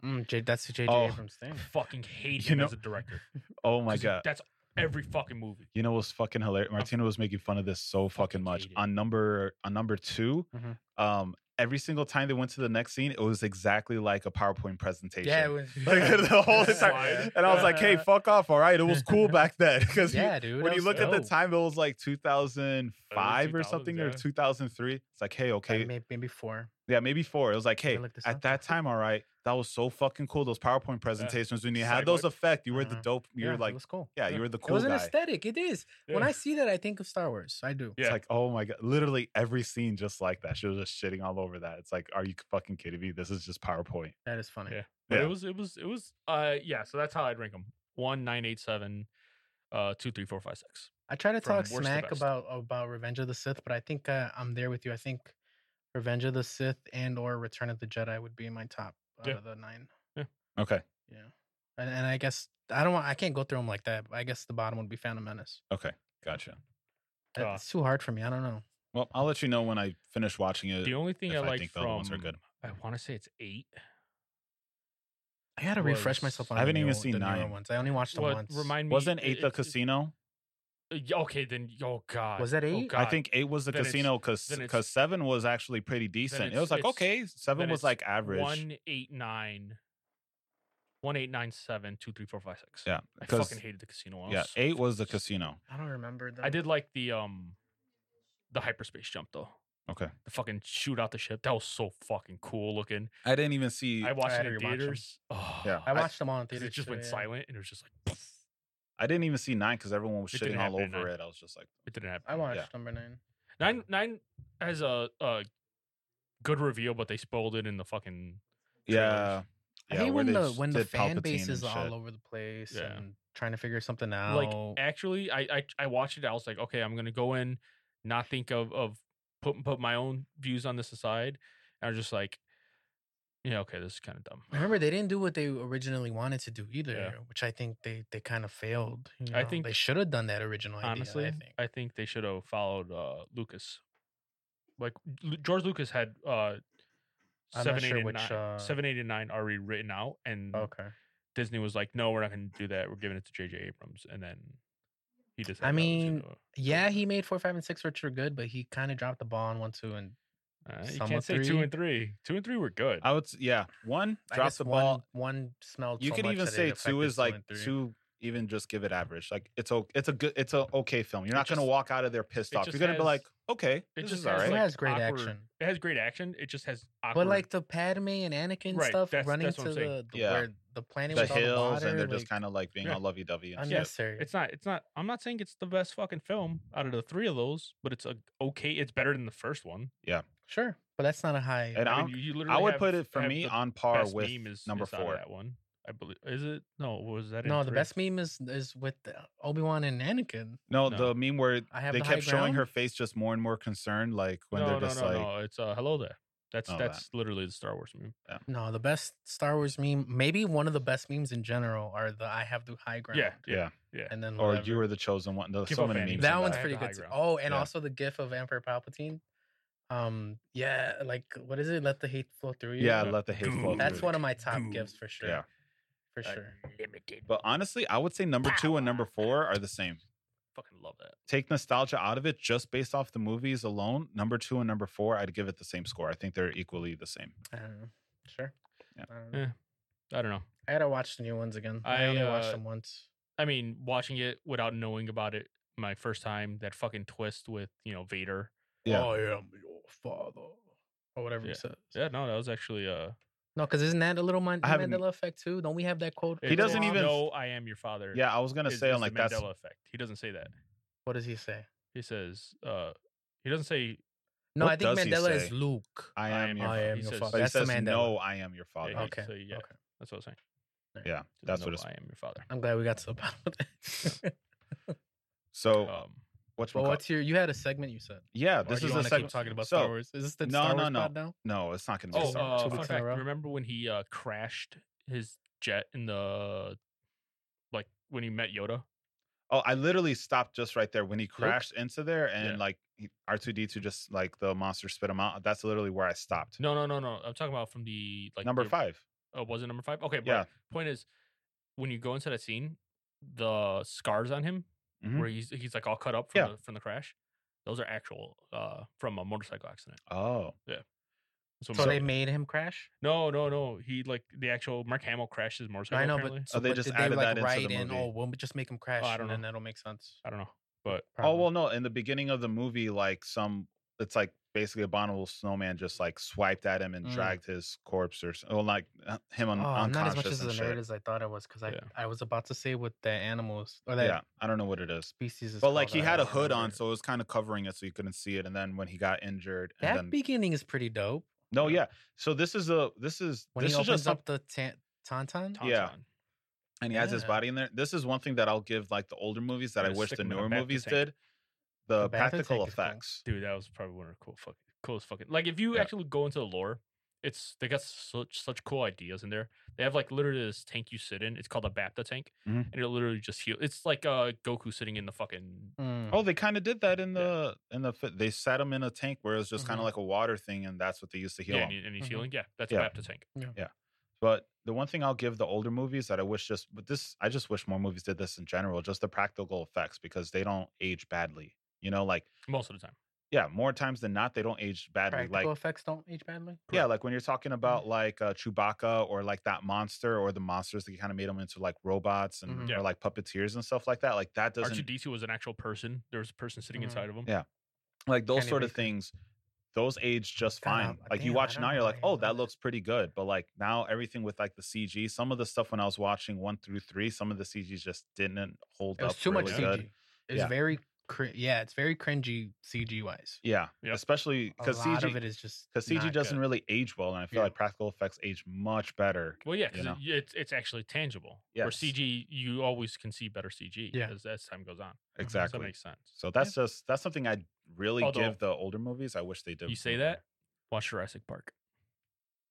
Mm, J, that's the J.J. Oh, Abrams thing. fucking hate You him know- as a director. Oh my 'cause he- god. that's every fucking movie. You know what's fucking hilarious? Martina was making fun of this so fucking fucking much. hate it. On number on number 2 Mhm. um, every single time they went to the next scene, it was exactly like a PowerPoint presentation. Yeah, it was, like the whole That's entire, why. and I was like, "Hey, fuck off! All right, it was cool back then." Because yeah, dude. when that was you look at the dope. time, it was like 2005 or 2000s, something, or yeah. 2003. It's like, "Hey, Like, okay, may- maybe four. yeah, maybe four. It was like, Can I "Hey, look this at up? that time, all right, that was so fucking cool. Those PowerPoint presentations when you had Psych those work. effect, you were the Mhm. dope. You yeah, were like, it was cool. yeah, yeah. you were the it cool was guy." an aesthetic. It is. When Yeah. I see that, I think of Star Wars. I do. Yeah. It's like, oh my god, literally every scene just like that. She was just shitting all over that. It's like, are you fucking kidding me? This is just PowerPoint. That is funny. Yeah. But Yeah. it was it was it was uh yeah, so that's how I'd rank them. 1 9 8 7 uh 2 3 4 5 6. I try to from talk worst to smack best. about about Revenge of the Sith, but I think uh, I'm there with you. I think Revenge of the Sith and or Return of the Jedi would be my top out Yeah. of the nine. Okay. Yeah, and, and I guess I don't want. I can't go through them like that. But I guess the bottom would be Phantom Menace. Okay. Gotcha. Uh, Uh, It's too hard for me. I don't know. Well, I'll let you know when I finish watching it. The only thing if I I like think the from other ones are good. I want to say it's 8. I gotta refresh was- myself I on. the haven't even newer- seen the newer nine. ones. I only watched them What once. remind me Wasn't eight it- the it's- casino? uh, yeah, Okay, then oh god. that Oh, eight? I God. I think eight was the Then it's- casino because then it's- because seven was actually pretty decent. It it's- was like it's- okay, seven then was it's like average. 189 1897 2345 yeah, I because fucking hated the casino one. I yeah, was so eight was the pissed. casino. I don't remember. Them. I did like the um the hyperspace jump though. Okay, The fucking shoot out the ship. That was so fucking cool looking. I didn't even see. I watched had it to in rewatch 'em. theaters. Oh, Yeah. I I- watched them all in 'cause theaters. it just too, went yeah. silent and it was just like poof. I didn't even see nine because everyone was It didn't shitting all happen in over nine. it. I was just like, it didn't happen. I watched number nine. Nine nine has a a good reveal, but they spoiled it in the fucking yeah. Trailers. I yeah, hate where when they the s- when the did fan Palpatine base and is shit. all over the place Yeah. and trying to figure something out. like actually I, I I watched it, I was like, okay, I'm gonna go in, not think of of put put my own views on this aside. And I was just like, Yeah, okay, this is kinda dumb. remember they didn't do what they originally wanted to do either, Yeah. which I think they they kind of failed. you I know? think- they should have done that original honestly, idea. I think. they should have followed uh, Lucas. Like Lu- George Lucas had uh, not seven, eight, sure and which, nine, uh, seven, eight, and nine already written out, and okay. Disney was like, "No, we're not going to do that. We're giving it to J.J. Abrams." And then he decided. mean, that was gonna- Yeah, he made four, five, and six, which were good, but he kind of dropped the ball on one, two, and Uh, you Some can't were say two three. and three. Two and three were good. I would, s- yeah, one I drop guess the ball. One, one smelled. you so could much even that it say two affected is like and two, three. Even just give it average. Like it's o- it's a good, it's a okay film. You're It not gonna just- walk out of there pissed it off. You're just gonna be has- like, okay, It this just is all has right. It like has great awkward- action. It has great action. It just has awkward. But like the Padme and Anakin Right, stuff that's- running that's what to I'm saying. the, the Yeah. where the planet the with all the hills, water, and they're like, just kind of like being Yeah. all lovey dovey and shit. unnecessary. it's not. It's not. I'm not saying it's the best fucking film out of the three of those, but it's a okay. It's better than the first one. sure, but that's not a high. And I, I'm, mean, you, you literally I would have- put it for have me the on par best with meme is, number is out of four. that one, I believe. Is it? No. Was that? in no, the three? best meme is is with Obi Wan and Anakin. No, No. the meme where I have they the high kept showing her ground? face just more and more concerned, like when no, they're no, just no, like, no. It's uh, hello there. That's Oh, that. that's literally the Star Wars meme. No, the best Star Wars meme, maybe one of the best memes in general, are the "I have the high ground." Yeah, yeah, yeah, yeah. and then or whatever. you were the chosen one. There's Give so up, many Andy. memes. That that on one's I have pretty the high good too. ground. Oh, and Yeah. also the GIF of Emperor Palpatine. Um, yeah, like what is it? Let the hate flow through you. Yeah, Yeah. let the hate Goo. flow that's through. one of my top Ooh. gifts for sure. Yeah. for I sure. Limited. But honestly, I would say number two and number four are the same. Fucking love that. Take nostalgia out of it just based off the movies alone. Number two and number four, I'd give it the same score. I think they're equally the same. I don't know. Sure. Yeah. I, don't Yeah. know. I don't know. I gotta watch the new ones again. I, I, only uh, watched them once. I mean, watching it without knowing about it my first time, that fucking twist with, you know, Vader. Yeah. I am your father, or whatever he says. Yeah, no, that was actually uh No, because isn't that a little Mand- I haven't- Mandela effect too? Don't we have that quote? it He was doesn't even- know I am your father. Yeah, I was gonna is- say is on the like that's Mm. Mandela effect. He doesn't say that. What does he say? He says uh he doesn't say No, What I think does he Mandela is say? Luke. I I am am your your. I father. father. am He your says- father. But he That's the says Mandela. no, I am your father. yeah, he- Okay, so, yeah, okay. that's what I was saying. Yeah, He that's doesn't what know it's. I am your father. I'm glad we got to the bottom of that. So Um what's Uh, well, what's your? You had a segment you said. yeah? Or This do you is the wanna keep second. talking about so- Star Wars. Is this the No, Star no, Wars no. pod now? No, it's not gonna be. Oh, the same. Sorry, uh, two fun weeks in a fact, row? remember when he uh, crashed his jet in the like when he met Yoda? Oh, I literally stopped just right there when he crashed into there, and Yeah. like R two D two just like the monster spit him out. That's literally where I stopped. No, no, no, no. I'm talking about from the like Number the- five. Oh, was it number five? Okay, but Yeah. point is, when you go into that scene, the scars on him Mhm. where he's he's like all cut up from Yeah. the, from the crash, those are actual uh from a motorcycle accident. Oh, So, So they made him crash. no, no, no. He like the actual Mark Hamill crashed his motorcycle. I know, apparently. but Oh, they but just did added like, that into write the in, movie. Oh, we'll just make him crash, I don't and then know. that'll make sense. I don't know, but Oh Probably. well, no. In the beginning of the movie, like some, it's like basically abominable snowman just like swiped at him and Mm. dragged his corpse or s- well, like uh, him on oh, I'm not as much as unconscious a and nerd shit. as I thought I was because I, Yeah. I was about to say what the animals or that yeah, I don't know what it is, species is. but like called, he I had a don't hood on, remember. so it was kind of covering it, so you couldn't see it. And then when he got injured, that and then beginning is pretty dope. no, yeah. yeah. So this is a this is When this he is just opens some, up the ta- tauntaun, Yeah. Tauntaun. and he has his Yeah. body in there. This is one thing that I'll give like the older movies that I Gotta wish stick the him in a newer bathroom movies tank. did. The, The bathroom practical tank is cool. effects. dude, that was probably one of the cool fucking coolest fucking like if you Yeah. actually go into the lore, it's they got such such cool ideas in there. They have like literally this tank you sit in. It's called a Bapta tank, Mhm. and it literally just heals. It's like uh Goku sitting in the fucking Mm. Oh, they kind of did that in Yeah. the in the fi- they sat him in a tank where it was just kind of Mhm. like a water thing, and that's what they used to heal yeah, him. and, he- and he's Mhm. healing. Yeah, that's Yeah. a Bapta tank. But the one thing I'll give the older movies that I wish just, but this, I just wish more movies did this in general, just the practical effects because they don't age badly. You know, like, Most of the time, yeah, more times than not, they don't age badly. practical Mm-hmm. like, effects don't age badly. yeah, like when you're talking about like uh, Chewbacca or like that monster or the monsters that kind of made them into like robots and Mhm. Yeah. or like puppeteers and stuff like that, like that R doesn't, two D two was an actual person. There was a person sitting Mhm. inside of him. Yeah. like those Kenny sort of Baker. things, those age just God, I- fine. like you damn, I watch don't now, know you're how like, I oh, know that that." looks pretty good. But like now, everything with like the CG, some of the stuff when I was watching one through three, some of the CG just didn't hold It was up. too much really CG. good. It's Yeah. very, cr- yeah, it's very cringy CG wise. Yeah, Yep. especially A because lot CG of it is just because CG not doesn't good. really age well, and I feel Yeah. like practical effects age much better. Well, yeah, You because know. it's it's actually tangible. Where Yes. CG, you always can see better CG Yeah. as as time goes on. So that Exactly. makes sense. So that's just that's something I really Although- give the older movies. I wish they did. You say more. that? Watch Jurassic Park.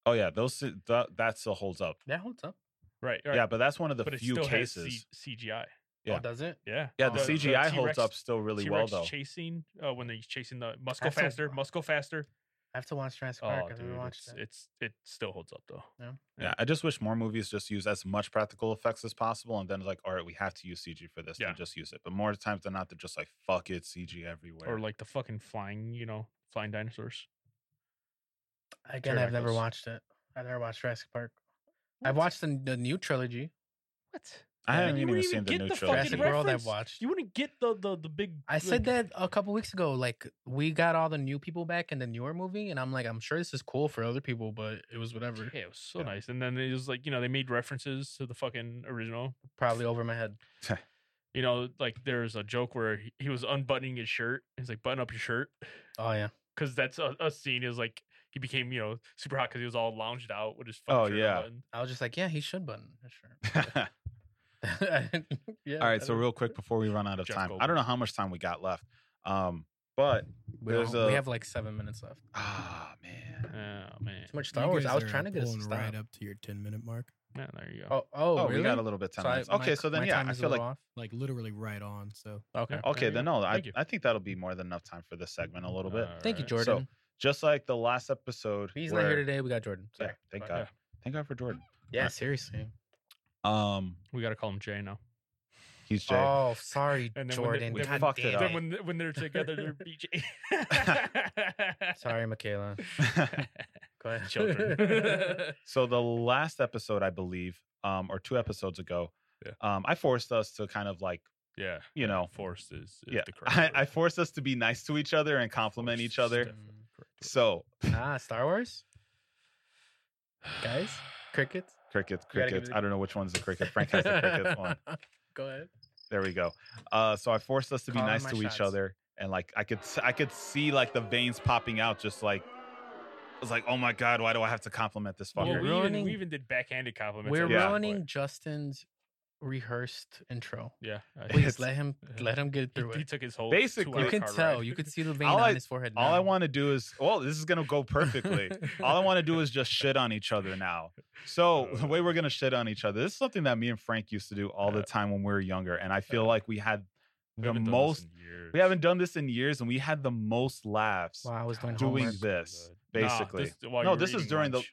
Oh yeah, those that that still holds up. That holds up. Oh, Right. right. Yeah, but that's one of the but it few still has cases. C- CGI. Yeah. Oh, does it? Yeah. yeah, Oh, the, the CGI holds T-Rex- up still really T-Rex well though. Chasing uh, when he's chasing the must go That's a- faster, must go faster. I have to watch Jurassic Park. Oh, I've dude, never watched it's, that. it's it still holds up though. Yeah, I just wish more movies just use as much practical effects as possible, and then it's like, all right, we have to use CG for this, Yeah. then just use it. But more times than not, they're just like, fuck it, CG everywhere. Or like the fucking flying, you know, flying dinosaurs. Again, I've never Pterodactyls. watched it. I've never watched Jurassic Park. I've watched the, the new trilogy. What? I Yeah, haven't you even wouldn't seen the get new fucking trilogy. Jurassic World I've reference. watched. You wouldn't get the the the big. I said like- that a couple weeks ago. Like we got all the new people back in the newer movie, and I'm like, I'm sure this is cool for other people, but it was whatever. Yeah, it was so Yeah. nice. And then it was like you know they made references to the fucking original. Probably over my head. You know, like there's a joke where he, he was unbuttoning his shirt. He's like, button up your shirt. Oh yeah, because that's a, a scene is like he became you know super hot because he was all lounged out with his Oh, fucking shirt yeah. unbuttoned. I was just like, yeah, he should button his shirt. All yeah, right, I so don't- real quick before we run out of Jeff time, I Goldblum. don't know how much time we got left, um, but we, there's don't- we a- have like seven minutes left. ah man, Oh man, Too much Star Wars. I was trying to get us to one stop. right up to your ten minute mark, yeah, there you go. Oh, oh, oh, really? we got a little bit time. So I- left. my- okay, so then my yeah, time I is a feel like little off. like literally right on. So okay. Oh, okay, there then you go. no, I, Thank you. I think that'll be more than enough time for this segment. A little bit, All Thank you, right. So, Jordan. just like the last episode. He's not here where- today. We got Jordan. Yeah, Sorry. thank But- God. Thank God for Jordan. Yeah, seriously. Um, We gotta call him Jay now. he's Jay. Oh, sorry, And then when they- Jordan. we God fucked it damn up. Then when th- when they're together, they're BJ. Sorry, Michaela. Go ahead. children. So the last episode, I believe, um, or two episodes ago, Yeah. um, I forced us to kind of like, yeah, you know, forced is, is Oh. yeah, the correct I, word. I forced us to be nice to each other and compliment Forced is each other. definitely Mm. the correct word. So ah, Star Wars? Guys? Crickets? crickets, You gotta give crickets. it a- I don't know which one's the cricket. Frank has the cricket one. Go ahead. There we go. Uh, so I forced us to be Calling nice my to each shots. other, and like I could, s- I could see like the veins popping out, just like. I was like, oh my god, why do I have to compliment this Well, We're fucker? we, even, ruining- we even did backhanded compliments. We're at that ruining point. Justin's rehearsed intro. Yeah, I- Please It's- let him let him get he, through he it. took his whole. Basically- two-hour You can car tell. ride. You could see the vein All on I- his forehead. All I now. want to do is, well, this is gonna go perfectly. All I want to do is just shit on each other now. Oh. So the way we're gonna shit on each other, this is something that me and Frank used to do all the Yeah. time when we were younger, and I feel Yeah. like we had Uh. We the haven't done this most. in years. We haven't done this in years, and we had the most laughs. Wow, I was doing, doing homework. this, Oh Nah, basically. while No, you were this is eating during the- lunch.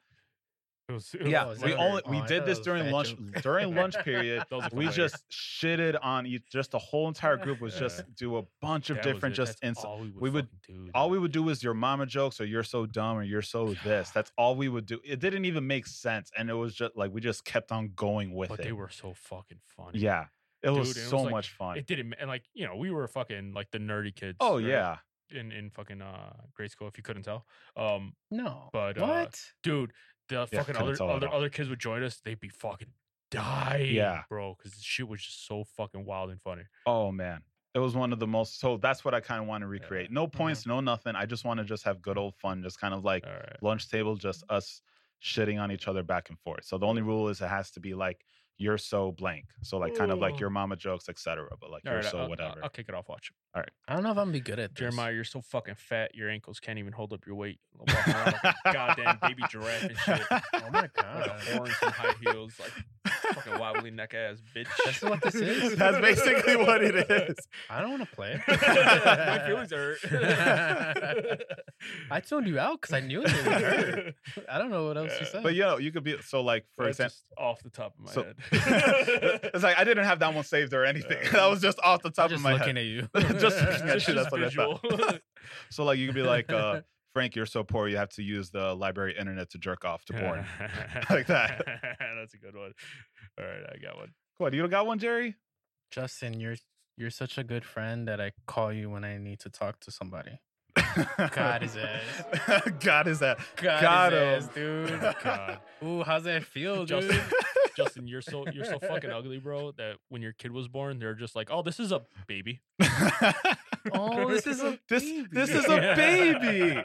It was- it Yeah, is was that we better. what it only is? we Oh, I did thought this that was a during fat lunch. joke. During lunch period, That was a we later. just shitted on each. Just the whole entire group was just Yeah. do a bunch of That was different it. just That's insults. all we would, we would- fucking do, All dude. we would do is your mama jokes or you're so dumb or you're so this. That's all we would do. It didn't even make sense. And it was just like we just kept on going with but it. they were so fucking funny. yeah. It was Dude, it was so like- much fun. It didn't, ma- and like you know, we were fucking like the nerdy kids. oh right, yeah. in in fucking uh grade school, if you couldn't tell. Um, No. But, uh, what? dude, the Yeah, fucking couldn't other tell at other all. other kids would join us. They'd be fucking dying, Yeah. bro, because the shit was just so fucking wild and funny. Oh man. It was one of the most so that's what I kind of want to recreate. No Mm-hmm. points, no nothing. I just want to just have good old fun, just kind of like All right, lunch table, just us shitting on each other back and forth. So the only rule is it has to be like you're so blank. So like kind of like Ooh. your mama jokes, etc. But like all you're right, uh, so I'll, I'll- whatever. I'll kick it off. Watch. I don't know if I'm gonna be good at this. Jeremiah, you're so fucking fat. Your ankles can't even hold up your weight. Walking around like a uh, goddamn baby giraffe and shit. Oh my Like a god. horn, some high heels, like fucking wobbly neck ass bitch. That's what this is. That's basically what it is. I don't want to play. My feelings hurt. I tuned you out because I knew it. would hurt. I don't know what else you Yeah. said. But you know, you could be so like for That's example, just off the top of my So- head. it's like I didn't have that one saved or anything. Yeah. that was just off the I'm top of just my looking head. at you. Just looking at It's you, just that's what I thought. visual. So like you could be like, uh, Frank, you're so poor, you have to use the library internet to jerk off to porn. Like that. That's a good one. All right, I got one. What you don't got one, Jerry? Justin, you're you're such a good friend that I call you when I need to talk to somebody. God his ass. God is that. God, Got his him. ass, God. dude. Ooh, how's that feel, dude? Justin, Justin, you're so you're so fucking ugly, bro. That when your kid was born, they're just like, "Oh, this is a baby." Oh, this is a This- baby. this is a Yeah. baby.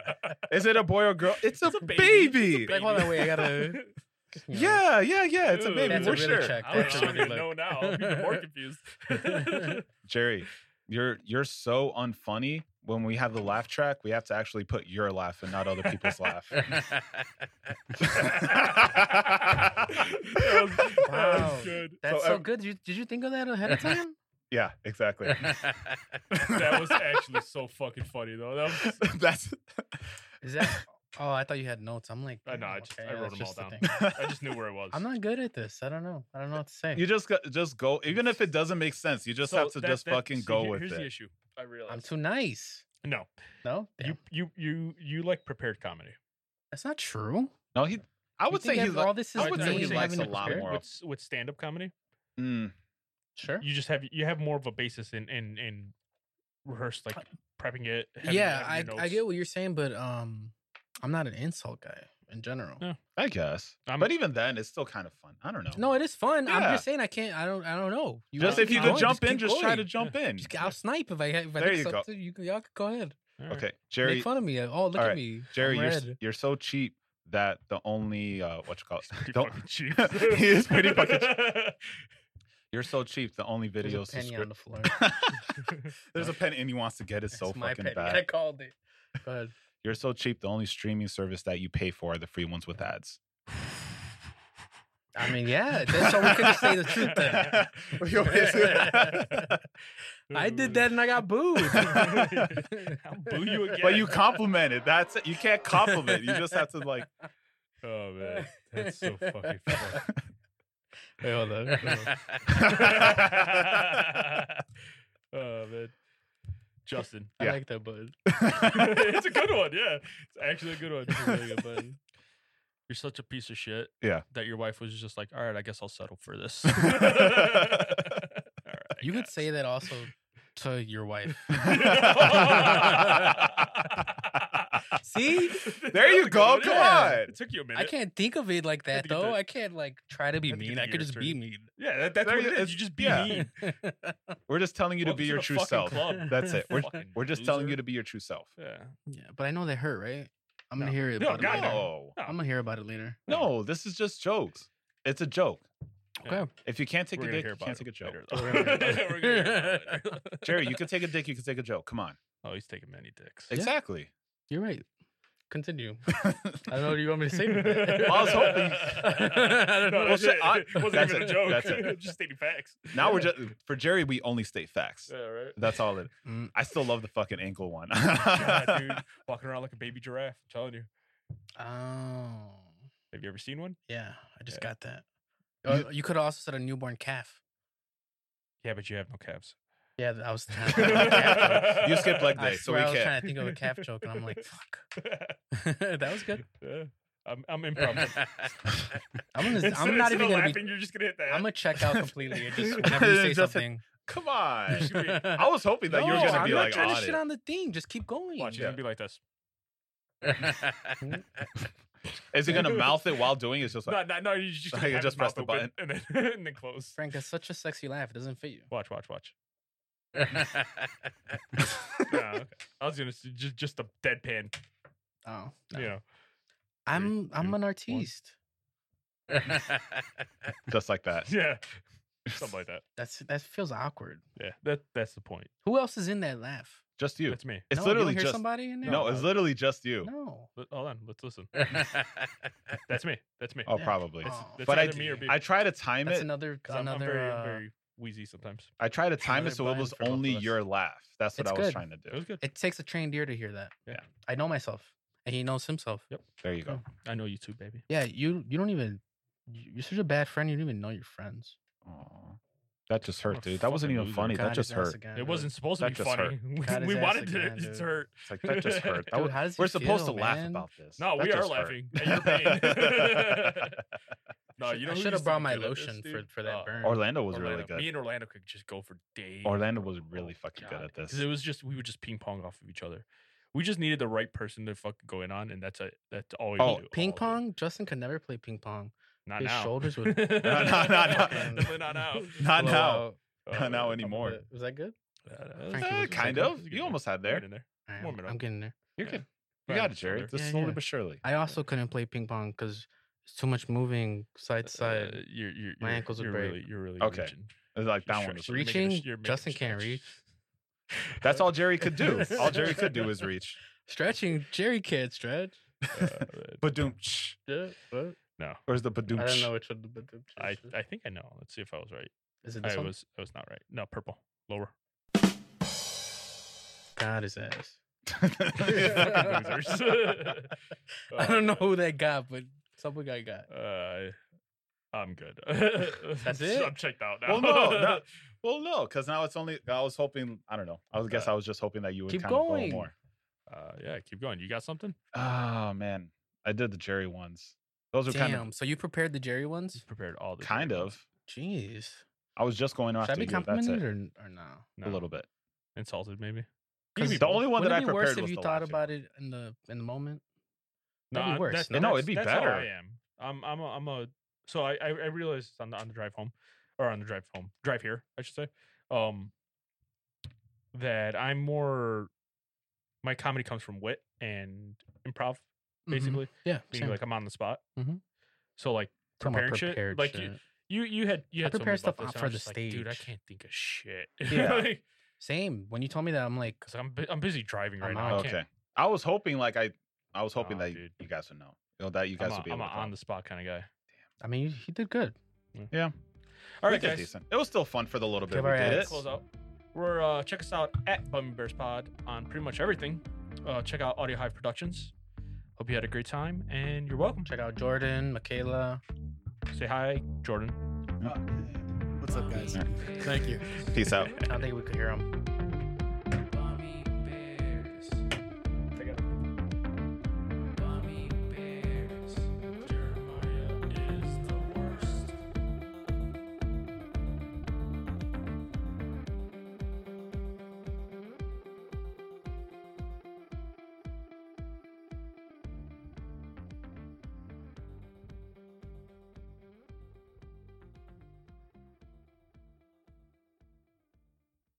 Is it a boy or girl? It's, a, a baby. It's a baby. Like, hold on, wait, I gotta. you know, Yeah, yeah, yeah. It's a Ooh. baby. That's a We're really sure. check. I don't That's know, a I really didn't know look. now. I'm even more confused. Jerry, you're you're so unfunny. When we have the laugh track, we have to actually put your laugh and not other people's laugh. that was, that Wow. was good. That's So, so, uh, good. You, did you think of that ahead of time? yeah, exactly. That was actually so fucking funny though. That was that's Is that? Oh, I thought you had notes. I'm like, Uh, I know, I "Damn, just- okay, I yeah, wrote that's them all just the down." thing." I just knew where it was. I'm not good at this. I don't know. I don't know what to say. you just go, just go. Even if it doesn't make sense, you just So have to that- just that- fucking see, go here- with here's the it. issue. I realize. I'm too nice. no, No, you you you you like prepared comedy. That's not true. No, he. I You would think say he's after like. all this I is would I say would he say likes a having lot experience? more. with s- with stand up comedy. Mm, Sure. You just have you have more of a basis in in in rehearsed like prepping it. having- yeah, I, having your I notes. get what you're saying, but um, I'm not an insult guy in general. No. I guess. I'm- but even then, it's still kind of fun. I don't know. No, it is fun. I'm Yeah. just saying I can't. I don't. I don't know. You just wanna if you keep could going, jump in, keep just try to going. jump in. Just- I'll snipe if I. If I There think you go. something, You can. Y'all can go ahead. All right. Okay, Jerry. Make fun of me. Oh, look all at right. me. Jerry, I'm you're, s- red. you're so cheap that the only uh, what you call He's pretty don't- fucking cheap. He is pretty fucking you're so cheap. The only There's video a penny on subscription. the floor. There's a pen and he wants to get it so That's my fucking penny. I bad. called it. Go ahead. You're so cheap. The only streaming service that you pay for are the free ones with ads. I mean, yeah. That's how we could say the truth. Then Yo, it's- I did that and I got booed. I'll boo you again. but you complimented. That's it. You can't compliment. You just have to like. Oh man, that's so fucking funny. Wait, hold on. oh man, Justin, I Yeah. like that button. it's a good one. Yeah, it's actually a good one. It's a really good button. You're such a piece of shit. Yeah. That your wife was just like, all right, I guess I'll settle for this. You could say that also to your wife. See? There you go, It come took- on. It took you a minute. I can't think of it like that think it's though. a- I can't like try to be I think it's mean. a I could year just turn. be mean. Yeah, that, that's There what you- it is. it's- You just be yeah. mean. We're just telling you to Welcome be to your the true fucking self. club. That's it. We're, Fucking we're just telling you loser. to be your true self. Yeah. yeah, but I know that hurt, right? I'm No. gonna hear it. No, about it God, later. No, no. I'm gonna hear about it later. no, this is just jokes. It's a joke. Yeah. Okay. If you can't take We're a gonna dick, hear you can't about take a it joke. later, though. We're gonna hear We're gonna hear about it later. Jerry, you can take a dick. You can take a joke. Come on. Oh, he's taking many dicks. Exactly. You're right. Continue. I don't know what you want me to say. Well, with that. I was hoping- I don't No, know. Well, that's shit, it. I- It wasn't that's even it. a joke. That's it. just stating facts. now we're just for Jerry. We only state facts. Yeah, right. That's all it. Mm. I still love the fucking ankle one. God, dude, walking around like a baby giraffe. I'm telling you. Oh, Have you ever seen one? yeah. I just Yeah. got that. Oh, you could have also said a newborn calf. Yeah, but you have no calves. Yeah, th- I was trying to think of a calf joke. you skipped leg I day, so we swear I was trying can't. to think of a calf joke, and I'm like, fuck. that was good. Yeah. I'm, I'm improv. I'm gonna. Instead- I'm instead not even of gonna laughing, be. You're just gonna hit that. I'm gonna check out completely. It just whenever you say Just a- something. Come on. Just gonna be- I was hoping that you were No, gonna I'm be not like trying on to shit it. on the thing. Just keep going. Watch, he's Yeah. gonna be like this. Is he gonna mouth it while doing? it? It's just like No, no, no, you just, Like, gonna you have just his mouth press the open and then and then close. Frank, that's such a sexy laugh. It doesn't fit you. Watch, watch, watch. Nah, okay. I was gonna s- just just a deadpan. Oh, no. You know, I'm I'm two, an artiste. just like that. yeah, something like that. That's that feels awkward. Yeah, that that's the point. Who else is in that laugh? Just you. That's me. no, It's you don't literally hear just somebody in there. no. It's literally just you. no. Let- Hold on, oh, let's listen. That's me. That's me. Oh, Yeah. probably. It's- Oh. that's But I either me or d- me. I try to time That's it. another 'Cause I'm, I'm another. very, uh, very wheezy sometimes. I try to time it another so it blind was for both of only us. your laugh. That's what It's I was good. trying to It was do. good. It takes a trained ear to hear that. Yeah. I know myself, and he knows himself. There you go. I know you too, baby. Yeah, you you don't even. you- You're such a bad friend. You don't even know your friends. Aw. That just a hurt, dude. That wasn't fucking even loser. funny. God, that just his ass hurt. again, It dude. wasn't supposed that to be just hurt. funny. Got We, his we ass wanted again, to dude. just hurt. It's like that just hurt. That Dude, was- how does he we're supposed feel, to laugh man? about this. No, That we are just laughing at your pain. No, Should- you know I who used should have to brought be my good at this, lotion for dude? for that Uh, burn. Orlando was Orlando. really good. Me and Orlando could just go for days. Orlando was really Oh, fucking God. good at 'Cause this. It was just we would just ping pong off of each other. We just needed the right person to fucking go in on, and that's it. That's all we would Oh, do. Ping all day. pong. Justin could never play ping pong. Not his now. shoulders would- no, No, no, no, no. Definitely not now. Not blow now. out. Not now man. anymore. Was that good? Yeah, eh, that was- that Frankie Uh, was was a kind good one. of. That's a good You one. almost had Right there. in there. All right, Warm it I'm, up. I'm getting there. You're Yeah. good. You Right on got the Uh, it, Jerry. shoulder. Just Yeah, slowly yeah. but surely. I also couldn't play ping pong because it's too much moving side to side. Uh, you're, you're, My you're- ankles would you're break. Really, you're really Okay. reaching. It's like You're that stretching. one. was- You're making a Reaching? sh- you're making a Justin can't stretch. That's all Jerry could do. All Jerry could do is reach. Stretching, Jerry can't stretch. Uh, but Badoom. Yeah, what? no, Where's the badoom? I don't know which one. But I, I think I know. Let's see if I was right. is it this I one? was I was not right. No, purple. Lower. God, his ass. Fucking losers. I don't know who that got, but someone got got. Uh, I'm good. That's I'm it? checked out now. Well, no, no. Well, no, because now it's only. I was hoping. I don't know. I was guess Uh, I was just hoping that you would keep kind of go going. more. Uh, yeah, keep going. You got something? Oh man, I did the Jerry ones. Those were Damn. kind of so you prepared the Jerry He's ones? prepared all the kind Jerry of. ones. Jeez. I was just going off Should I to be you. That's complimented it. or or no? No, A little bit. insulted maybe. Because Maybe the both. only one that Wouldn't I it be worse prepared if was you the thought last about one. it in the in the moment? No, That'd be I- worse, that's- no? that's- No, it'd be that's how I better. am. I'm I'm a, I'm a so I I, I realized on the on the drive home or on the drive home drive here I should say um that I'm more my comedy comes from wit and improv Mhm. basically Yeah. being same. like I'm on the spot. Mhm. So like Talking about preparing shit, prepared like, you- shit. you you had you I had told me prepare stuff about this, out and I for was the just like, Dude, I stage. can't think of shit. Yeah. Same. When you told me that, I'm like, Cause I'm bu- I'm busy driving right I'm now. out. I can't, Okay. I was hoping like I I was hoping Nah, that dude. you guys would know. You know, that you guys I'm, would be a, I'm able a to tell. on the spot kind of guy. I mean, you- he did good. All We right, did guys. decent. It was still fun for the little bit Give we our did Alright, it. ads. close out. We're uh, check us out at Bummy Bears Pod on pretty much everything. Uh, check out Audio Hive Productions. Hope you had a great time, and you're welcome. Check out Jordan, Michaela. Say hi, Jordan. What's up, guys? Thank you. Peace out. I don't think we could hear him.